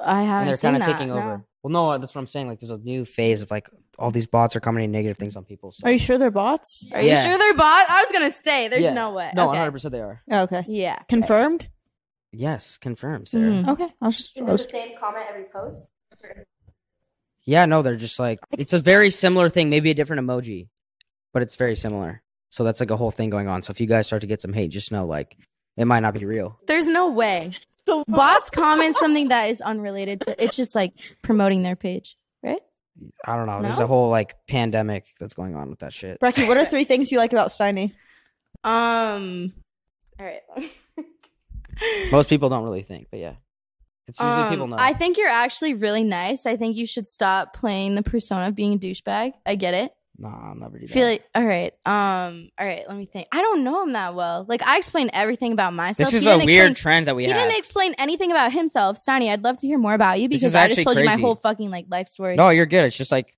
[SPEAKER 5] I
[SPEAKER 3] and
[SPEAKER 5] haven't.
[SPEAKER 3] they're
[SPEAKER 5] kind of
[SPEAKER 3] taking over. Well, no, that's what I'm saying. Like, there's a new phase of like all these bots are coming in negative things on people. So.
[SPEAKER 4] Are you sure they're bots?
[SPEAKER 5] Are you
[SPEAKER 3] Yeah.
[SPEAKER 5] sure they're bot? I was gonna say there's
[SPEAKER 3] Yeah.
[SPEAKER 5] no way.
[SPEAKER 3] No,
[SPEAKER 5] Okay.
[SPEAKER 3] 100 percent they are.
[SPEAKER 4] Oh, okay.
[SPEAKER 5] Yeah.
[SPEAKER 4] Confirmed?
[SPEAKER 3] Yes, confirmed, Sarah.
[SPEAKER 5] Mhm.
[SPEAKER 4] Okay. I was just. I was-
[SPEAKER 6] same comment every post?
[SPEAKER 3] Yeah, no, they're just like it's a very similar thing, maybe a different emoji, but it's very similar. So that's like a whole thing going on. So if you guys start to get some hate, just know like it might not be real.
[SPEAKER 5] There's no way. Bots comment something that is unrelated to. It's just like promoting their page, right?
[SPEAKER 3] I don't know. There's
[SPEAKER 5] No?
[SPEAKER 3] a whole like pandemic that's going on with that shit.
[SPEAKER 4] Brecky, what are three things you like about Steiny?
[SPEAKER 5] Um. All right.
[SPEAKER 3] Most people don't really think, but yeah, it's usually people
[SPEAKER 5] Um,
[SPEAKER 3] know.
[SPEAKER 5] I think you're actually really nice. I think you should stop playing the persona of being a douchebag. I get it.
[SPEAKER 3] nah, I'll never do that.
[SPEAKER 5] Feel like all right. Um. All right. Let me think. I don't know him that well. Like I explained everything about myself.
[SPEAKER 3] this is
[SPEAKER 5] He
[SPEAKER 3] a
[SPEAKER 5] didn't
[SPEAKER 3] weird
[SPEAKER 5] explain-
[SPEAKER 3] trend that we
[SPEAKER 5] he
[SPEAKER 3] have.
[SPEAKER 5] didn't explain anything about himself, Stani. I'd love to hear more about you
[SPEAKER 3] This
[SPEAKER 5] because
[SPEAKER 3] is
[SPEAKER 5] I just
[SPEAKER 3] actually
[SPEAKER 5] told you my
[SPEAKER 3] crazy.
[SPEAKER 5] whole fucking like life story.
[SPEAKER 3] No, you're good. It's just like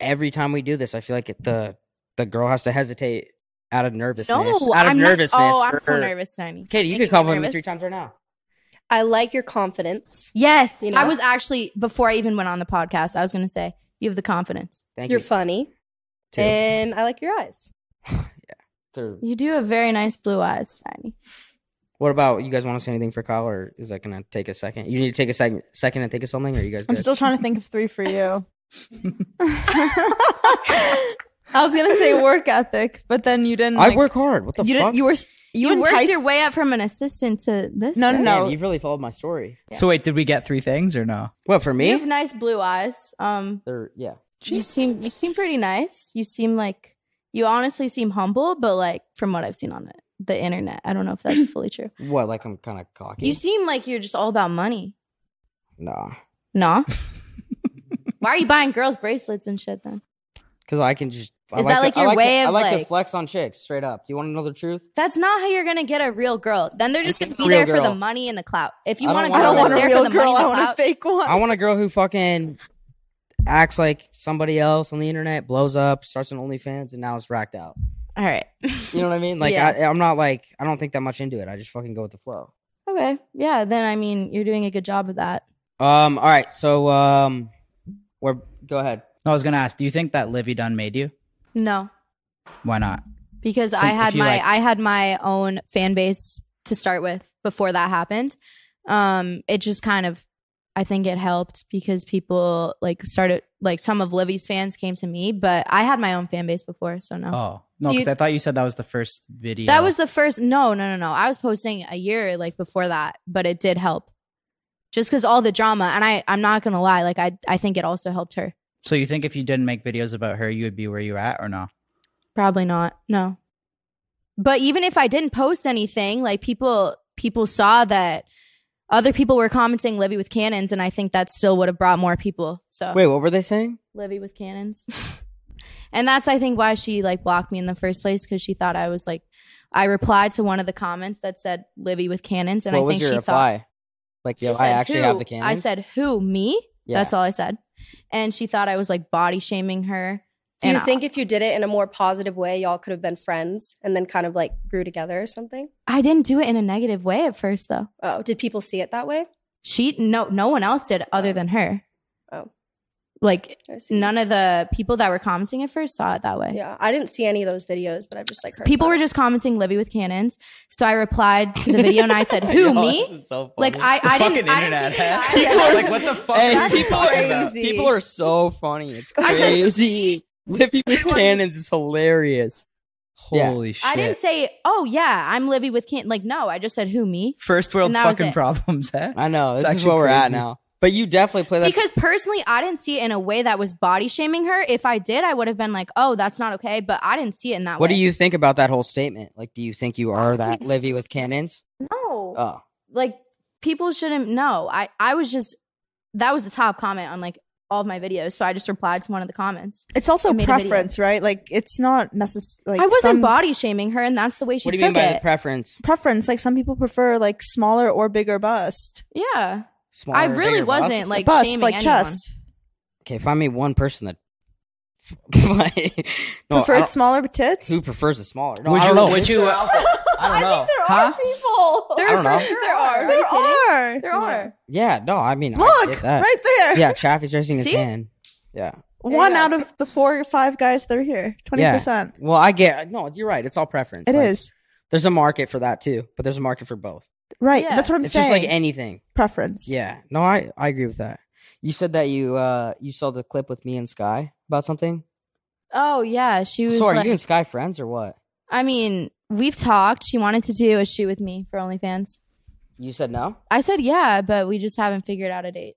[SPEAKER 3] every time we do this, I feel like it, the the girl has to hesitate out of nervousness. out of
[SPEAKER 5] I'm not-
[SPEAKER 3] nervousness.
[SPEAKER 5] oh, I'm
[SPEAKER 3] for-
[SPEAKER 5] so nervous, Stani.
[SPEAKER 3] Katie, you
[SPEAKER 5] Making
[SPEAKER 3] could
[SPEAKER 5] me
[SPEAKER 3] compliment me
[SPEAKER 5] nervous.
[SPEAKER 3] three times right now.
[SPEAKER 6] I like your confidence.
[SPEAKER 5] Yes,
[SPEAKER 6] You know?
[SPEAKER 5] I was actually before I even went on the podcast. I was going to say you have the confidence.
[SPEAKER 3] Thank
[SPEAKER 6] You're
[SPEAKER 3] you.
[SPEAKER 6] funny,
[SPEAKER 3] Two.
[SPEAKER 6] and I like your eyes.
[SPEAKER 3] Third.
[SPEAKER 5] You do have very nice blue eyes, Stani.
[SPEAKER 3] What about you guys want to say anything for Kyle, or is that gonna take a second? You need to take a second second and think of something, or you guys
[SPEAKER 4] I'm
[SPEAKER 3] good?
[SPEAKER 4] still trying to think of three for you. I was gonna say work ethic, but then you didn't.
[SPEAKER 3] I
[SPEAKER 4] like-
[SPEAKER 3] work hard. What the
[SPEAKER 4] You
[SPEAKER 3] fuck?
[SPEAKER 4] didn't. You were. You,
[SPEAKER 5] You, worked
[SPEAKER 4] enticed
[SPEAKER 5] your way up from an assistant to this.
[SPEAKER 4] No,
[SPEAKER 5] guy.
[SPEAKER 4] no, no.
[SPEAKER 3] Damn, you've really followed my story.
[SPEAKER 2] So wait, did we get three things or no?
[SPEAKER 3] What for
[SPEAKER 5] You have
[SPEAKER 3] me?
[SPEAKER 5] nice blue eyes. Um,
[SPEAKER 3] They're- yeah.
[SPEAKER 5] you seem you seem pretty nice. You seem like you honestly seem humble, but like from what I've seen on the, the internet, I don't know if that's fully true.
[SPEAKER 3] What? Like I'm kind of cocky.
[SPEAKER 5] You seem like you're just all about money.
[SPEAKER 3] nah,
[SPEAKER 5] Nah. Why are you buying girls bracelets and shit then?
[SPEAKER 3] because I can just. I
[SPEAKER 5] Is that
[SPEAKER 3] to-
[SPEAKER 5] like
[SPEAKER 3] I
[SPEAKER 5] your
[SPEAKER 3] to-
[SPEAKER 5] way of,
[SPEAKER 3] I like,
[SPEAKER 5] like-
[SPEAKER 3] to flex on chicks straight up. Do you want to know the truth?
[SPEAKER 5] That's not how you're gonna get a real girl. Then they're just
[SPEAKER 3] Get a
[SPEAKER 5] gonna be
[SPEAKER 3] real
[SPEAKER 5] there for the
[SPEAKER 3] girl.
[SPEAKER 5] money and the clout. If
[SPEAKER 3] I
[SPEAKER 5] you
[SPEAKER 3] don't
[SPEAKER 5] want a
[SPEAKER 3] want-
[SPEAKER 4] I
[SPEAKER 5] girl
[SPEAKER 3] Girl
[SPEAKER 4] don't want
[SPEAKER 5] that's
[SPEAKER 4] a
[SPEAKER 5] there for
[SPEAKER 4] real
[SPEAKER 5] the
[SPEAKER 4] girl.
[SPEAKER 5] money
[SPEAKER 4] I
[SPEAKER 5] and the
[SPEAKER 4] want a
[SPEAKER 5] clout,
[SPEAKER 4] fake one.
[SPEAKER 3] I want a girl who fucking acts like somebody else on the internet, blows up, starts an OnlyFans, and now it's racked out.
[SPEAKER 5] all right.
[SPEAKER 3] You know what I mean? Like
[SPEAKER 5] Yeah.
[SPEAKER 3] I, I'm not like I don't think that much into it. I just fucking go with the flow.
[SPEAKER 5] okay. Yeah. Then I mean, you're doing a good job of that.
[SPEAKER 3] Um. All right. So um, we're go ahead.
[SPEAKER 2] I was gonna ask, do you think that Livy Dunn made you?
[SPEAKER 5] No.
[SPEAKER 2] Why not?
[SPEAKER 5] because
[SPEAKER 2] So
[SPEAKER 5] I
[SPEAKER 2] if
[SPEAKER 5] had
[SPEAKER 2] you
[SPEAKER 5] my
[SPEAKER 2] like-
[SPEAKER 5] I had my own fan base to start with before that happened. Um, it just kind of I think it helped because people like started like some of Livy's fans came to me, but I had my own fan base before, so no.
[SPEAKER 2] Oh no,
[SPEAKER 5] Do you-
[SPEAKER 2] because I thought you said that was the first video.
[SPEAKER 5] That was the first no, no, no, no. I was posting a year like before that, but it did help. Just cuz all the drama and I I'm not going to lie, like I I think it also helped her.
[SPEAKER 2] So you think if you didn't make videos about her, you would be where you're at, or no?
[SPEAKER 5] Probably not. No. But even if I didn't post anything, like people people saw that other people were commenting Livy with cannons, and I think that still would have brought more people. So
[SPEAKER 3] Wait, what were they saying?
[SPEAKER 5] Livy with cannons. and that's I think why she like blocked me in the first place because she thought I was like I replied to one of the comments that said Livy with cannons, and
[SPEAKER 3] what
[SPEAKER 5] I
[SPEAKER 3] was
[SPEAKER 5] think
[SPEAKER 3] your
[SPEAKER 5] she thought
[SPEAKER 3] reply? like, yo,
[SPEAKER 5] she
[SPEAKER 3] I
[SPEAKER 5] said,
[SPEAKER 3] actually
[SPEAKER 5] "Who?"
[SPEAKER 3] have the cannons.
[SPEAKER 5] I said, "Who me?"
[SPEAKER 3] Yeah.
[SPEAKER 5] That's all I said, and she thought I was like body shaming her.
[SPEAKER 6] Do you
[SPEAKER 5] and I-
[SPEAKER 6] think if you did it in a more positive way, y'all could have been friends and then kind of like grew together or something?
[SPEAKER 5] I didn't do it in a negative way at first though?
[SPEAKER 6] Oh, did people see it that way?
[SPEAKER 5] She no no one else did other than her.
[SPEAKER 6] Oh.
[SPEAKER 5] Like
[SPEAKER 6] I see.
[SPEAKER 5] none of the people that were commenting at first saw it that way.
[SPEAKER 6] Yeah, I didn't see any of those videos, but I just like heard
[SPEAKER 5] People
[SPEAKER 6] about
[SPEAKER 5] were
[SPEAKER 6] it.
[SPEAKER 5] just commenting Libby with cannons. So I replied to the video and I said, "Who me?" Like I I didn't, I didn't think I-
[SPEAKER 2] like what the fuck?
[SPEAKER 3] Hey,
[SPEAKER 2] are you
[SPEAKER 3] people,
[SPEAKER 2] talking
[SPEAKER 3] are,
[SPEAKER 2] about?
[SPEAKER 6] crazy.
[SPEAKER 3] people are so funny. It's
[SPEAKER 5] I said-
[SPEAKER 3] crazy. Livy with
[SPEAKER 5] Everyone's-
[SPEAKER 3] cannons is hilarious. Yeah.
[SPEAKER 2] Holy shit!
[SPEAKER 5] I didn't say, "Oh yeah, I'm Libby with can Like no, I just said, "Who me?"
[SPEAKER 2] first world
[SPEAKER 5] and that was
[SPEAKER 2] fucking
[SPEAKER 5] it.
[SPEAKER 2] problems, eh?
[SPEAKER 3] I know.
[SPEAKER 2] It's
[SPEAKER 3] This is
[SPEAKER 2] actually
[SPEAKER 3] where we're at
[SPEAKER 2] crazy.
[SPEAKER 3] now. But you definitely play that.
[SPEAKER 5] Because personally, I didn't see it in a way that was body shaming her. If I did, I would have been like, "Oh, that's not okay." But I didn't see it in that
[SPEAKER 3] what
[SPEAKER 5] way.
[SPEAKER 3] do you think about that whole statement? Like, do you think you are that
[SPEAKER 5] Yes.
[SPEAKER 3] Livy with cannons?
[SPEAKER 5] No.
[SPEAKER 3] Oh,
[SPEAKER 5] Uh, like people shouldn't know. I I was just that was the top comment on like all of my videos, so I just replied to one of the comments.
[SPEAKER 4] It's also
[SPEAKER 5] I made a video.
[SPEAKER 4] preference, right? Like it's not necessarily.
[SPEAKER 5] I
[SPEAKER 4] Like,
[SPEAKER 5] wasn't
[SPEAKER 4] some
[SPEAKER 5] body shaming her, and that's the way she
[SPEAKER 3] what do you
[SPEAKER 5] took
[SPEAKER 3] mean by the
[SPEAKER 5] it.
[SPEAKER 3] preference?
[SPEAKER 4] preference. Like some people prefer like smaller or bigger bust.
[SPEAKER 5] yeah,
[SPEAKER 3] Smaller
[SPEAKER 5] I
[SPEAKER 3] or
[SPEAKER 5] really
[SPEAKER 3] bigger bust?
[SPEAKER 5] wasn't, like,
[SPEAKER 4] bust
[SPEAKER 5] shaming
[SPEAKER 4] like
[SPEAKER 5] anyone.
[SPEAKER 4] chest.
[SPEAKER 3] Okay, find me one person that like, no, I
[SPEAKER 4] Prefers
[SPEAKER 3] don't-
[SPEAKER 4] smaller tits.
[SPEAKER 3] who prefers the smaller. No,
[SPEAKER 2] Would
[SPEAKER 3] I don't
[SPEAKER 2] you- uh,
[SPEAKER 3] know.
[SPEAKER 2] would you-
[SPEAKER 3] I don't know.
[SPEAKER 2] Huh?
[SPEAKER 4] people.
[SPEAKER 5] There
[SPEAKER 3] I don't know.
[SPEAKER 5] for sure are.
[SPEAKER 4] There
[SPEAKER 5] Are you kidding?
[SPEAKER 4] are.
[SPEAKER 5] There are.
[SPEAKER 3] Yeah, no, I mean, I
[SPEAKER 4] Look
[SPEAKER 3] did that.
[SPEAKER 4] right there.
[SPEAKER 3] Yeah, Chaffee's raising his
[SPEAKER 5] See?
[SPEAKER 3] hand. Yeah.
[SPEAKER 4] One
[SPEAKER 5] go.
[SPEAKER 4] out of the four or five guys that are here. Twenty percent.
[SPEAKER 3] Well, I get no. You're right. It's all preference.
[SPEAKER 4] It is
[SPEAKER 3] Like, There's a market for that too, but there's a market for both.
[SPEAKER 4] right.
[SPEAKER 5] Yeah.
[SPEAKER 4] That's what I'm
[SPEAKER 3] it's
[SPEAKER 4] saying.
[SPEAKER 3] just like anything.
[SPEAKER 4] Preference.
[SPEAKER 3] Yeah. No, I I agree with that. You said that you uh you saw the clip with me and Sky about something.
[SPEAKER 5] Oh yeah, she was.
[SPEAKER 3] So are
[SPEAKER 5] like,
[SPEAKER 3] you and Sky friends or what?
[SPEAKER 5] I mean, we've talked. She wanted to do a shoot with me for OnlyFans.
[SPEAKER 3] You said no.
[SPEAKER 5] I said yeah, but we just haven't figured out a date.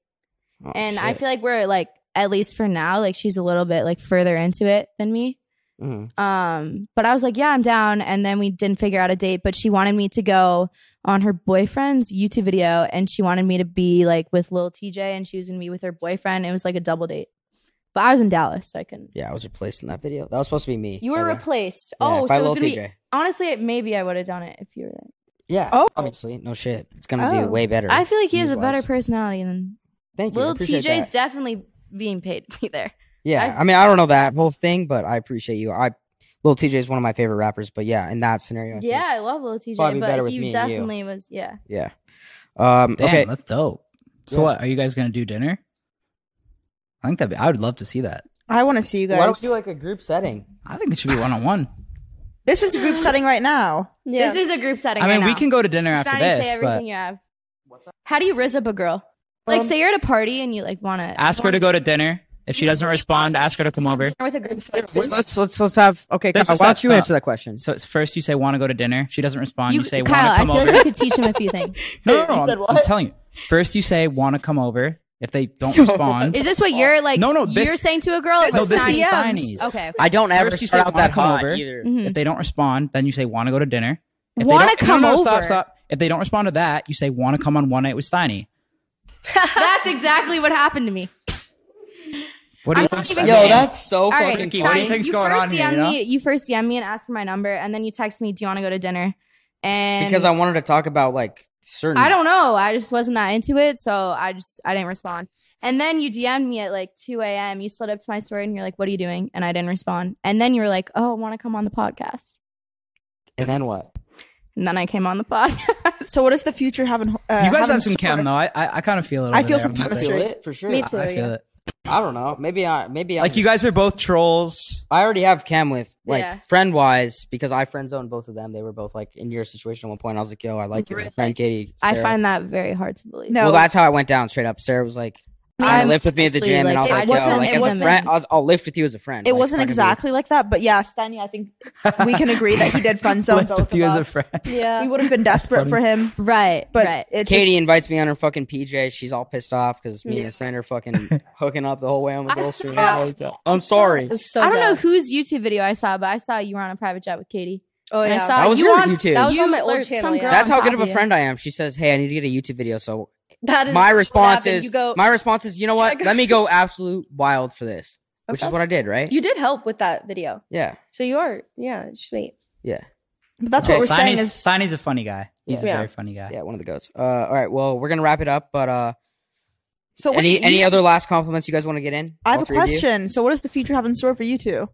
[SPEAKER 3] Oh,
[SPEAKER 5] and I
[SPEAKER 3] shit.
[SPEAKER 5] feel like we're like at least for now, like she's a little bit like further into it than me.
[SPEAKER 3] Mhm.
[SPEAKER 5] Um, but I was like, yeah, I'm down. And then we didn't figure out a date, but she wanted me to go on her boyfriend's YouTube video and she wanted me to be like with Lil TJ and she was gonna be with her boyfriend. It was like a double date. But I was in Dallas, so I couldn't.
[SPEAKER 3] Yeah, I was replaced in that video. That was supposed to be me.
[SPEAKER 5] You were
[SPEAKER 3] Okay.
[SPEAKER 5] replaced.
[SPEAKER 3] Yeah,
[SPEAKER 5] oh, so
[SPEAKER 3] by
[SPEAKER 5] it was
[SPEAKER 3] Lil
[SPEAKER 5] gonna
[SPEAKER 3] TJ.
[SPEAKER 5] be honestly, maybe I would have done it if you were there.
[SPEAKER 3] Yeah.
[SPEAKER 4] Oh.
[SPEAKER 3] Obviously, no shit. It's gonna be
[SPEAKER 4] Oh.
[SPEAKER 3] way better.
[SPEAKER 5] I feel like he has a
[SPEAKER 3] views-wise.
[SPEAKER 5] better personality than
[SPEAKER 3] Thank you. I
[SPEAKER 5] Lil
[SPEAKER 3] appreciate
[SPEAKER 5] TJ's
[SPEAKER 3] that.
[SPEAKER 5] definitely being paid to be there.
[SPEAKER 3] Yeah,
[SPEAKER 5] I've-
[SPEAKER 3] I mean, I don't know that whole thing, but I appreciate you. I Lil TJ is one of my favorite rappers, but yeah, in that scenario, I think-
[SPEAKER 5] Yeah, I love Lil
[SPEAKER 3] Probably
[SPEAKER 5] TJ,
[SPEAKER 3] better
[SPEAKER 5] but
[SPEAKER 3] with me
[SPEAKER 5] he
[SPEAKER 3] and you.
[SPEAKER 5] definitely was. Yeah,
[SPEAKER 3] yeah. Um,
[SPEAKER 2] Damn,
[SPEAKER 3] okay,
[SPEAKER 2] that's dope. So
[SPEAKER 3] Yeah.
[SPEAKER 2] what? Are you guys gonna do dinner? I think that I would love to see that.
[SPEAKER 4] I want to see you
[SPEAKER 3] why don't
[SPEAKER 4] guys.
[SPEAKER 3] we do like a group setting?
[SPEAKER 2] I think it should be one on one.
[SPEAKER 4] this is group setting right now.
[SPEAKER 6] Yeah.
[SPEAKER 5] this is a group setting.
[SPEAKER 2] I mean,
[SPEAKER 5] right
[SPEAKER 2] we
[SPEAKER 5] now.
[SPEAKER 2] can go to dinner
[SPEAKER 5] It's
[SPEAKER 2] after
[SPEAKER 5] not even
[SPEAKER 2] this,
[SPEAKER 5] say everything
[SPEAKER 2] but
[SPEAKER 5] you have. How do you rizz up a girl? Like,
[SPEAKER 2] Um,
[SPEAKER 5] say you're at a party and you like want to
[SPEAKER 2] ask her to go to dinner. If she doesn't respond, ask her to come over.
[SPEAKER 5] with a group. of
[SPEAKER 3] Let's
[SPEAKER 5] friends.
[SPEAKER 3] let's let's, have okay.
[SPEAKER 2] This
[SPEAKER 3] Kyle,
[SPEAKER 2] is
[SPEAKER 3] why
[SPEAKER 2] not
[SPEAKER 3] don't you
[SPEAKER 2] stop.
[SPEAKER 3] answer that question?
[SPEAKER 2] So it's first you say want to go to dinner. If she doesn't respond, you, say
[SPEAKER 5] Kyle,
[SPEAKER 2] want to come
[SPEAKER 5] I feel
[SPEAKER 2] over.
[SPEAKER 5] like you could teach him a few things.
[SPEAKER 2] no, no, no. I'm, I'm telling you. First you say want to come over. If they don't respond,
[SPEAKER 5] Is this what you're like?
[SPEAKER 2] No, no,
[SPEAKER 5] you're
[SPEAKER 2] this-
[SPEAKER 5] saying to a girl.
[SPEAKER 2] no,
[SPEAKER 5] it's
[SPEAKER 2] this is
[SPEAKER 5] not-
[SPEAKER 2] Chinese.
[SPEAKER 5] Okay.
[SPEAKER 3] I don't ever
[SPEAKER 2] First you
[SPEAKER 3] start
[SPEAKER 2] say
[SPEAKER 3] out that
[SPEAKER 2] wanna come
[SPEAKER 3] hot
[SPEAKER 2] over.
[SPEAKER 3] either.
[SPEAKER 5] Mhm.
[SPEAKER 2] If they don't respond, then you say want to go to dinner. If they
[SPEAKER 5] Wanna
[SPEAKER 2] don't-
[SPEAKER 5] come
[SPEAKER 2] no, no, Stop,
[SPEAKER 5] over.
[SPEAKER 2] stop. If they don't respond to that, you say want to come on one night with Steiny.
[SPEAKER 5] That's exactly what happened to me.
[SPEAKER 2] What do you
[SPEAKER 5] I'm not
[SPEAKER 2] think?
[SPEAKER 5] even
[SPEAKER 2] Steiny?
[SPEAKER 5] kidding.
[SPEAKER 3] Yo, that's so
[SPEAKER 5] All right,
[SPEAKER 3] fucking
[SPEAKER 2] Ricky,
[SPEAKER 3] funny.
[SPEAKER 2] what do you
[SPEAKER 5] Stein,
[SPEAKER 2] think's
[SPEAKER 5] you
[SPEAKER 2] going on
[SPEAKER 5] first
[SPEAKER 2] here,
[SPEAKER 5] DM
[SPEAKER 2] you know?
[SPEAKER 5] me. You first DM me and ask for my number, and then you text me, "Do you want to go to dinner?" And
[SPEAKER 3] Because I wanted to talk about like certain.
[SPEAKER 5] I don't know. I just wasn't that into it, so I just I didn't respond. And then you DM'd me at like 2 a.m. You slid up to my story and you're like, "What are you doing?" And I didn't respond. And then you were like, "Oh, I want to come on the podcast."
[SPEAKER 3] And then what?
[SPEAKER 5] And then I came on the podcast.
[SPEAKER 4] So what does the future have in? Uh,
[SPEAKER 2] you guys have
[SPEAKER 4] in
[SPEAKER 2] some chem
[SPEAKER 4] store?
[SPEAKER 2] though. I I, I kind of feel it.
[SPEAKER 4] I
[SPEAKER 2] over
[SPEAKER 4] feel
[SPEAKER 2] there,
[SPEAKER 4] some
[SPEAKER 2] I'm gonna
[SPEAKER 3] I
[SPEAKER 4] chemistry.
[SPEAKER 2] say.
[SPEAKER 3] feel it for sure.
[SPEAKER 6] Me too.
[SPEAKER 2] I feel
[SPEAKER 6] yeah.
[SPEAKER 2] it.
[SPEAKER 3] I don't know. Maybe I. Maybe I.
[SPEAKER 2] Like you guys are both trolls.
[SPEAKER 3] I already have Cam with like
[SPEAKER 5] Yeah.
[SPEAKER 3] friend wise because I friend zoned both of them. They were both like in your situation at one point. I was like, "Yo, I like your
[SPEAKER 5] Really?
[SPEAKER 3] friend Katie."
[SPEAKER 5] I
[SPEAKER 3] Sarah.
[SPEAKER 5] find that very hard to believe.
[SPEAKER 4] No,
[SPEAKER 3] Well, that's how I went down straight up. Sarah was like, "I
[SPEAKER 5] I'm
[SPEAKER 3] lift with me at the
[SPEAKER 5] honestly,
[SPEAKER 3] gym," and I was like,
[SPEAKER 4] it
[SPEAKER 5] like,
[SPEAKER 3] "Yo,
[SPEAKER 4] wasn't-
[SPEAKER 3] like
[SPEAKER 4] it
[SPEAKER 3] as a
[SPEAKER 4] wasn't-
[SPEAKER 3] friend, I'll, I'll lift with you as a friend."
[SPEAKER 4] it
[SPEAKER 3] Like,
[SPEAKER 4] wasn't
[SPEAKER 3] fucking be-
[SPEAKER 4] exactly like that, but yeah, Steiny, I think we can agree that he did friend zone
[SPEAKER 2] Lift
[SPEAKER 4] both
[SPEAKER 2] a few
[SPEAKER 4] of
[SPEAKER 2] as a
[SPEAKER 4] us.
[SPEAKER 2] friend.
[SPEAKER 4] We
[SPEAKER 6] Yeah.
[SPEAKER 4] would have been desperate for him,
[SPEAKER 5] Right,
[SPEAKER 4] but
[SPEAKER 5] right.
[SPEAKER 4] it
[SPEAKER 3] Katie
[SPEAKER 4] just,
[SPEAKER 3] invites me on her fucking PJ. She's all pissed off because me and her friend are fucking hooking up the whole way on the
[SPEAKER 5] I
[SPEAKER 3] girls' street.
[SPEAKER 5] saw-
[SPEAKER 3] I'm sorry.
[SPEAKER 6] It was so
[SPEAKER 5] I don't know
[SPEAKER 6] jealous.
[SPEAKER 5] whose YouTube video I saw, but I saw you were on a private chat with Katie.
[SPEAKER 6] Oh
[SPEAKER 5] And
[SPEAKER 6] yeah.
[SPEAKER 5] I saw
[SPEAKER 3] That was
[SPEAKER 5] you
[SPEAKER 3] your
[SPEAKER 5] on
[SPEAKER 3] YouTube.
[SPEAKER 5] That was
[SPEAKER 6] You
[SPEAKER 5] on my
[SPEAKER 6] learned
[SPEAKER 5] old
[SPEAKER 6] some
[SPEAKER 5] channel.
[SPEAKER 6] girl
[SPEAKER 3] That's
[SPEAKER 5] on
[SPEAKER 3] how
[SPEAKER 5] top
[SPEAKER 3] good of a
[SPEAKER 5] you.
[SPEAKER 3] friend I am. She says, "Hey, I need to get a YouTube video." So
[SPEAKER 6] that is
[SPEAKER 3] my
[SPEAKER 6] what
[SPEAKER 3] response
[SPEAKER 6] happened.
[SPEAKER 3] is,
[SPEAKER 6] you go.
[SPEAKER 3] my response is, you know what? Let me go absolute wild for this, which is
[SPEAKER 6] Okay.
[SPEAKER 3] what I did, right?
[SPEAKER 6] you did help with that video,
[SPEAKER 3] yeah,
[SPEAKER 6] so you are yeah sweet.
[SPEAKER 3] yeah,
[SPEAKER 4] but that's what
[SPEAKER 2] Yeah,
[SPEAKER 4] we're saying
[SPEAKER 2] Steiny's-
[SPEAKER 4] is
[SPEAKER 2] Steiny's a funny guy. He's
[SPEAKER 6] Yeah.
[SPEAKER 2] a very funny guy.
[SPEAKER 3] yeah. One of the goats. Uh, all right. Well, we're gonna wrap it up, but uh,
[SPEAKER 4] so. Wait,
[SPEAKER 3] any
[SPEAKER 4] you-
[SPEAKER 3] any other last compliments you guys want to get in?
[SPEAKER 4] I
[SPEAKER 3] All
[SPEAKER 4] have a
[SPEAKER 3] three of you?
[SPEAKER 4] question. So what does the future have in store for you two?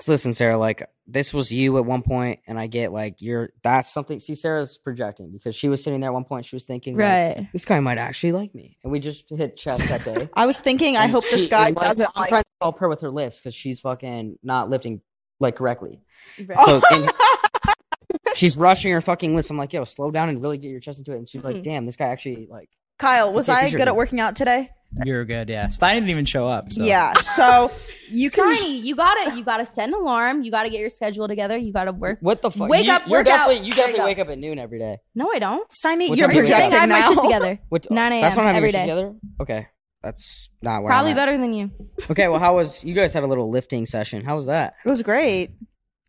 [SPEAKER 3] So listen, Sarah, like this was you at one point, and I get like you're that's something. See, Sarah's projecting because she was sitting there at one point. She was thinking, like,
[SPEAKER 5] Right.
[SPEAKER 3] this guy might actually like me, and we just hit chest that day.
[SPEAKER 4] I was thinking. I
[SPEAKER 3] And
[SPEAKER 4] hope this
[SPEAKER 3] she-
[SPEAKER 4] guy
[SPEAKER 3] and, like,
[SPEAKER 4] doesn't
[SPEAKER 3] I'm
[SPEAKER 4] like.
[SPEAKER 3] trying to help her with her lifts because she's fucking not lifting like correctly.
[SPEAKER 5] Right.
[SPEAKER 4] Oh,
[SPEAKER 3] So and she's rushing her fucking lifts. I'm like, yo, slow down and really get your chest into it. And she's like,
[SPEAKER 5] Mhm.
[SPEAKER 3] damn, this guy actually like.
[SPEAKER 4] Kyle, was
[SPEAKER 3] Take a
[SPEAKER 4] I
[SPEAKER 3] picture
[SPEAKER 4] good
[SPEAKER 3] of
[SPEAKER 4] at
[SPEAKER 3] it.
[SPEAKER 4] working out today?
[SPEAKER 2] You're good. Yeah. Steiny didn't even show up. So.
[SPEAKER 4] Yeah. So you can.
[SPEAKER 5] Tiny, you gotta you gotta set an alarm. You gotta get your schedule together. You gotta work.
[SPEAKER 3] What the fuck?
[SPEAKER 5] Wake
[SPEAKER 3] you,
[SPEAKER 5] up,
[SPEAKER 3] you're
[SPEAKER 5] work
[SPEAKER 3] definitely,
[SPEAKER 5] out.
[SPEAKER 3] You
[SPEAKER 5] There you
[SPEAKER 3] definitely
[SPEAKER 5] go.
[SPEAKER 3] wake up at noon every day.
[SPEAKER 5] No, I don't.
[SPEAKER 4] Steiny,
[SPEAKER 3] What's
[SPEAKER 4] you're
[SPEAKER 3] up with
[SPEAKER 5] I
[SPEAKER 3] that?
[SPEAKER 5] think I
[SPEAKER 4] projecting
[SPEAKER 5] have my
[SPEAKER 4] now.
[SPEAKER 5] shit together.
[SPEAKER 3] What?
[SPEAKER 5] 9 a.m.
[SPEAKER 3] That's not having
[SPEAKER 5] every
[SPEAKER 3] your shit
[SPEAKER 5] day.
[SPEAKER 3] together. Okay, that's not where I'm
[SPEAKER 5] Probably
[SPEAKER 3] at.
[SPEAKER 5] better than you.
[SPEAKER 3] Okay, well, how was you guys had a little lifting session? How was that?
[SPEAKER 4] It was great.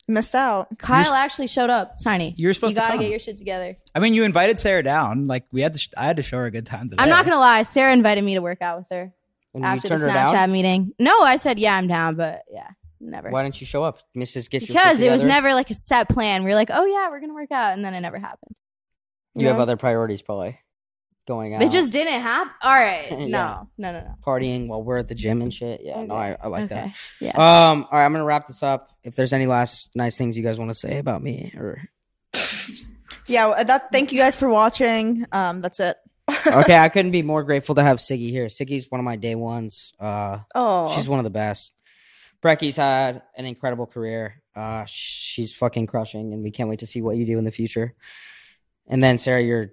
[SPEAKER 4] Missed out.
[SPEAKER 5] Kyle actually showed up. Tiny.
[SPEAKER 2] You were supposed to
[SPEAKER 5] you gotta
[SPEAKER 2] come.
[SPEAKER 5] get your shit together.
[SPEAKER 2] I mean, you invited Sarah down. Like we had to. Sh- I had to show her a good time today.
[SPEAKER 5] I'm not gonna lie. Sarah invited me to work out with her
[SPEAKER 3] And
[SPEAKER 5] after
[SPEAKER 3] you
[SPEAKER 5] the
[SPEAKER 3] turned her down.
[SPEAKER 5] Snapchat meeting. No, I said yeah, I'm down, but yeah, never.
[SPEAKER 3] Why didn't you show up, Mrs. Get your shit
[SPEAKER 5] Because it was
[SPEAKER 3] together.
[SPEAKER 5] never like a set plan. We were like, oh yeah, we're gonna work out, and then it never happened.
[SPEAKER 3] You have other priorities, probably. Going out,
[SPEAKER 5] It just didn't happen. All right, no,
[SPEAKER 3] Yeah.
[SPEAKER 5] no, no, no.
[SPEAKER 3] partying while we're at the gym and shit. Yeah, no, I, I like that.
[SPEAKER 5] okay, yeah.
[SPEAKER 3] Um, all right, I'm gonna wrap this up. If there's any last nice things you guys want to say about me, or
[SPEAKER 4] yeah, well, that. Thank you guys for watching. Um, that's it.
[SPEAKER 3] okay, I couldn't be more grateful to have Siggy here. Siggy's one of my day ones. Uh,
[SPEAKER 6] Oh,
[SPEAKER 3] she's one of the best. Brecky's had an incredible career. Uh, she's fucking crushing, and we can't wait to see what you do in the future. And then Sarah, you're.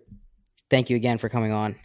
[SPEAKER 3] Thank you again for coming on.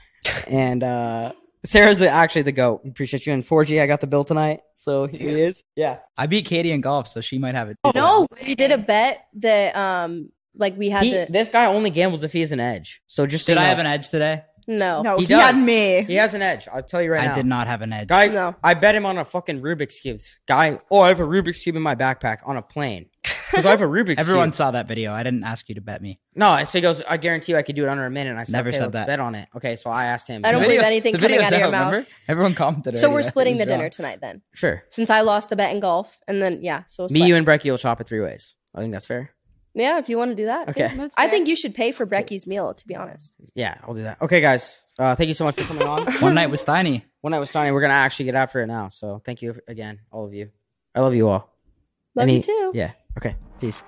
[SPEAKER 3] And uh, Sarah's the, actually the goat. Appreciate you. And 4G, I got the bill tonight, so he is. Yeah.
[SPEAKER 2] I beat Katie in golf, so she might have it.
[SPEAKER 6] no, we did a bet that um, like we had
[SPEAKER 3] He-
[SPEAKER 6] to
[SPEAKER 3] this guy only gambles if he has an edge. So just so
[SPEAKER 2] Did
[SPEAKER 3] you
[SPEAKER 2] I
[SPEAKER 3] know,
[SPEAKER 2] have an edge today?
[SPEAKER 6] no,
[SPEAKER 4] No,
[SPEAKER 3] He
[SPEAKER 4] he, had
[SPEAKER 3] does.
[SPEAKER 4] me.
[SPEAKER 3] He has an edge. I'll tell you right now.
[SPEAKER 2] I did not have an edge.
[SPEAKER 3] Guy,
[SPEAKER 6] No.
[SPEAKER 3] I bet him on a fucking Rubik's cube. Guy, oh, I have a Rubik's cube in my backpack on a plane because I have a Rubik's.
[SPEAKER 2] Everyone
[SPEAKER 3] cube.
[SPEAKER 2] saw that video. I didn't ask you to bet me.
[SPEAKER 3] no. And so he goes, I guarantee you, I could do it under a minute. And I said,
[SPEAKER 2] Never
[SPEAKER 3] okay,
[SPEAKER 2] said
[SPEAKER 3] let's
[SPEAKER 2] that.
[SPEAKER 3] bet on it. Okay, so I asked him.
[SPEAKER 6] I don't
[SPEAKER 2] The
[SPEAKER 6] believe
[SPEAKER 2] video's-
[SPEAKER 6] anything
[SPEAKER 2] the
[SPEAKER 6] coming
[SPEAKER 2] video's
[SPEAKER 6] out of your mouth.
[SPEAKER 2] remember? Everyone commented.
[SPEAKER 6] so
[SPEAKER 2] already
[SPEAKER 6] we're
[SPEAKER 2] that it
[SPEAKER 6] splitting
[SPEAKER 2] was
[SPEAKER 6] the dinner
[SPEAKER 2] wrong.
[SPEAKER 6] tonight then,
[SPEAKER 3] sure.
[SPEAKER 6] since I lost the bet in golf, and then yeah, so it's
[SPEAKER 3] Me, you, and Brecky will shop it three ways. I think that's fair.
[SPEAKER 6] yeah, if you want to do that,
[SPEAKER 3] Okay.
[SPEAKER 6] I think you should pay for Brecky's meal. To be honest,
[SPEAKER 3] Yeah, I'll do that. Okay, guys, uh, thank you so much for coming on.
[SPEAKER 2] One night with Steiny.
[SPEAKER 3] One night with Sonny, we're gonna actually get after it now. So thank you again, all of you. I love you all.
[SPEAKER 6] love
[SPEAKER 3] Any-
[SPEAKER 6] you too.
[SPEAKER 3] Yeah. Okay. Peace.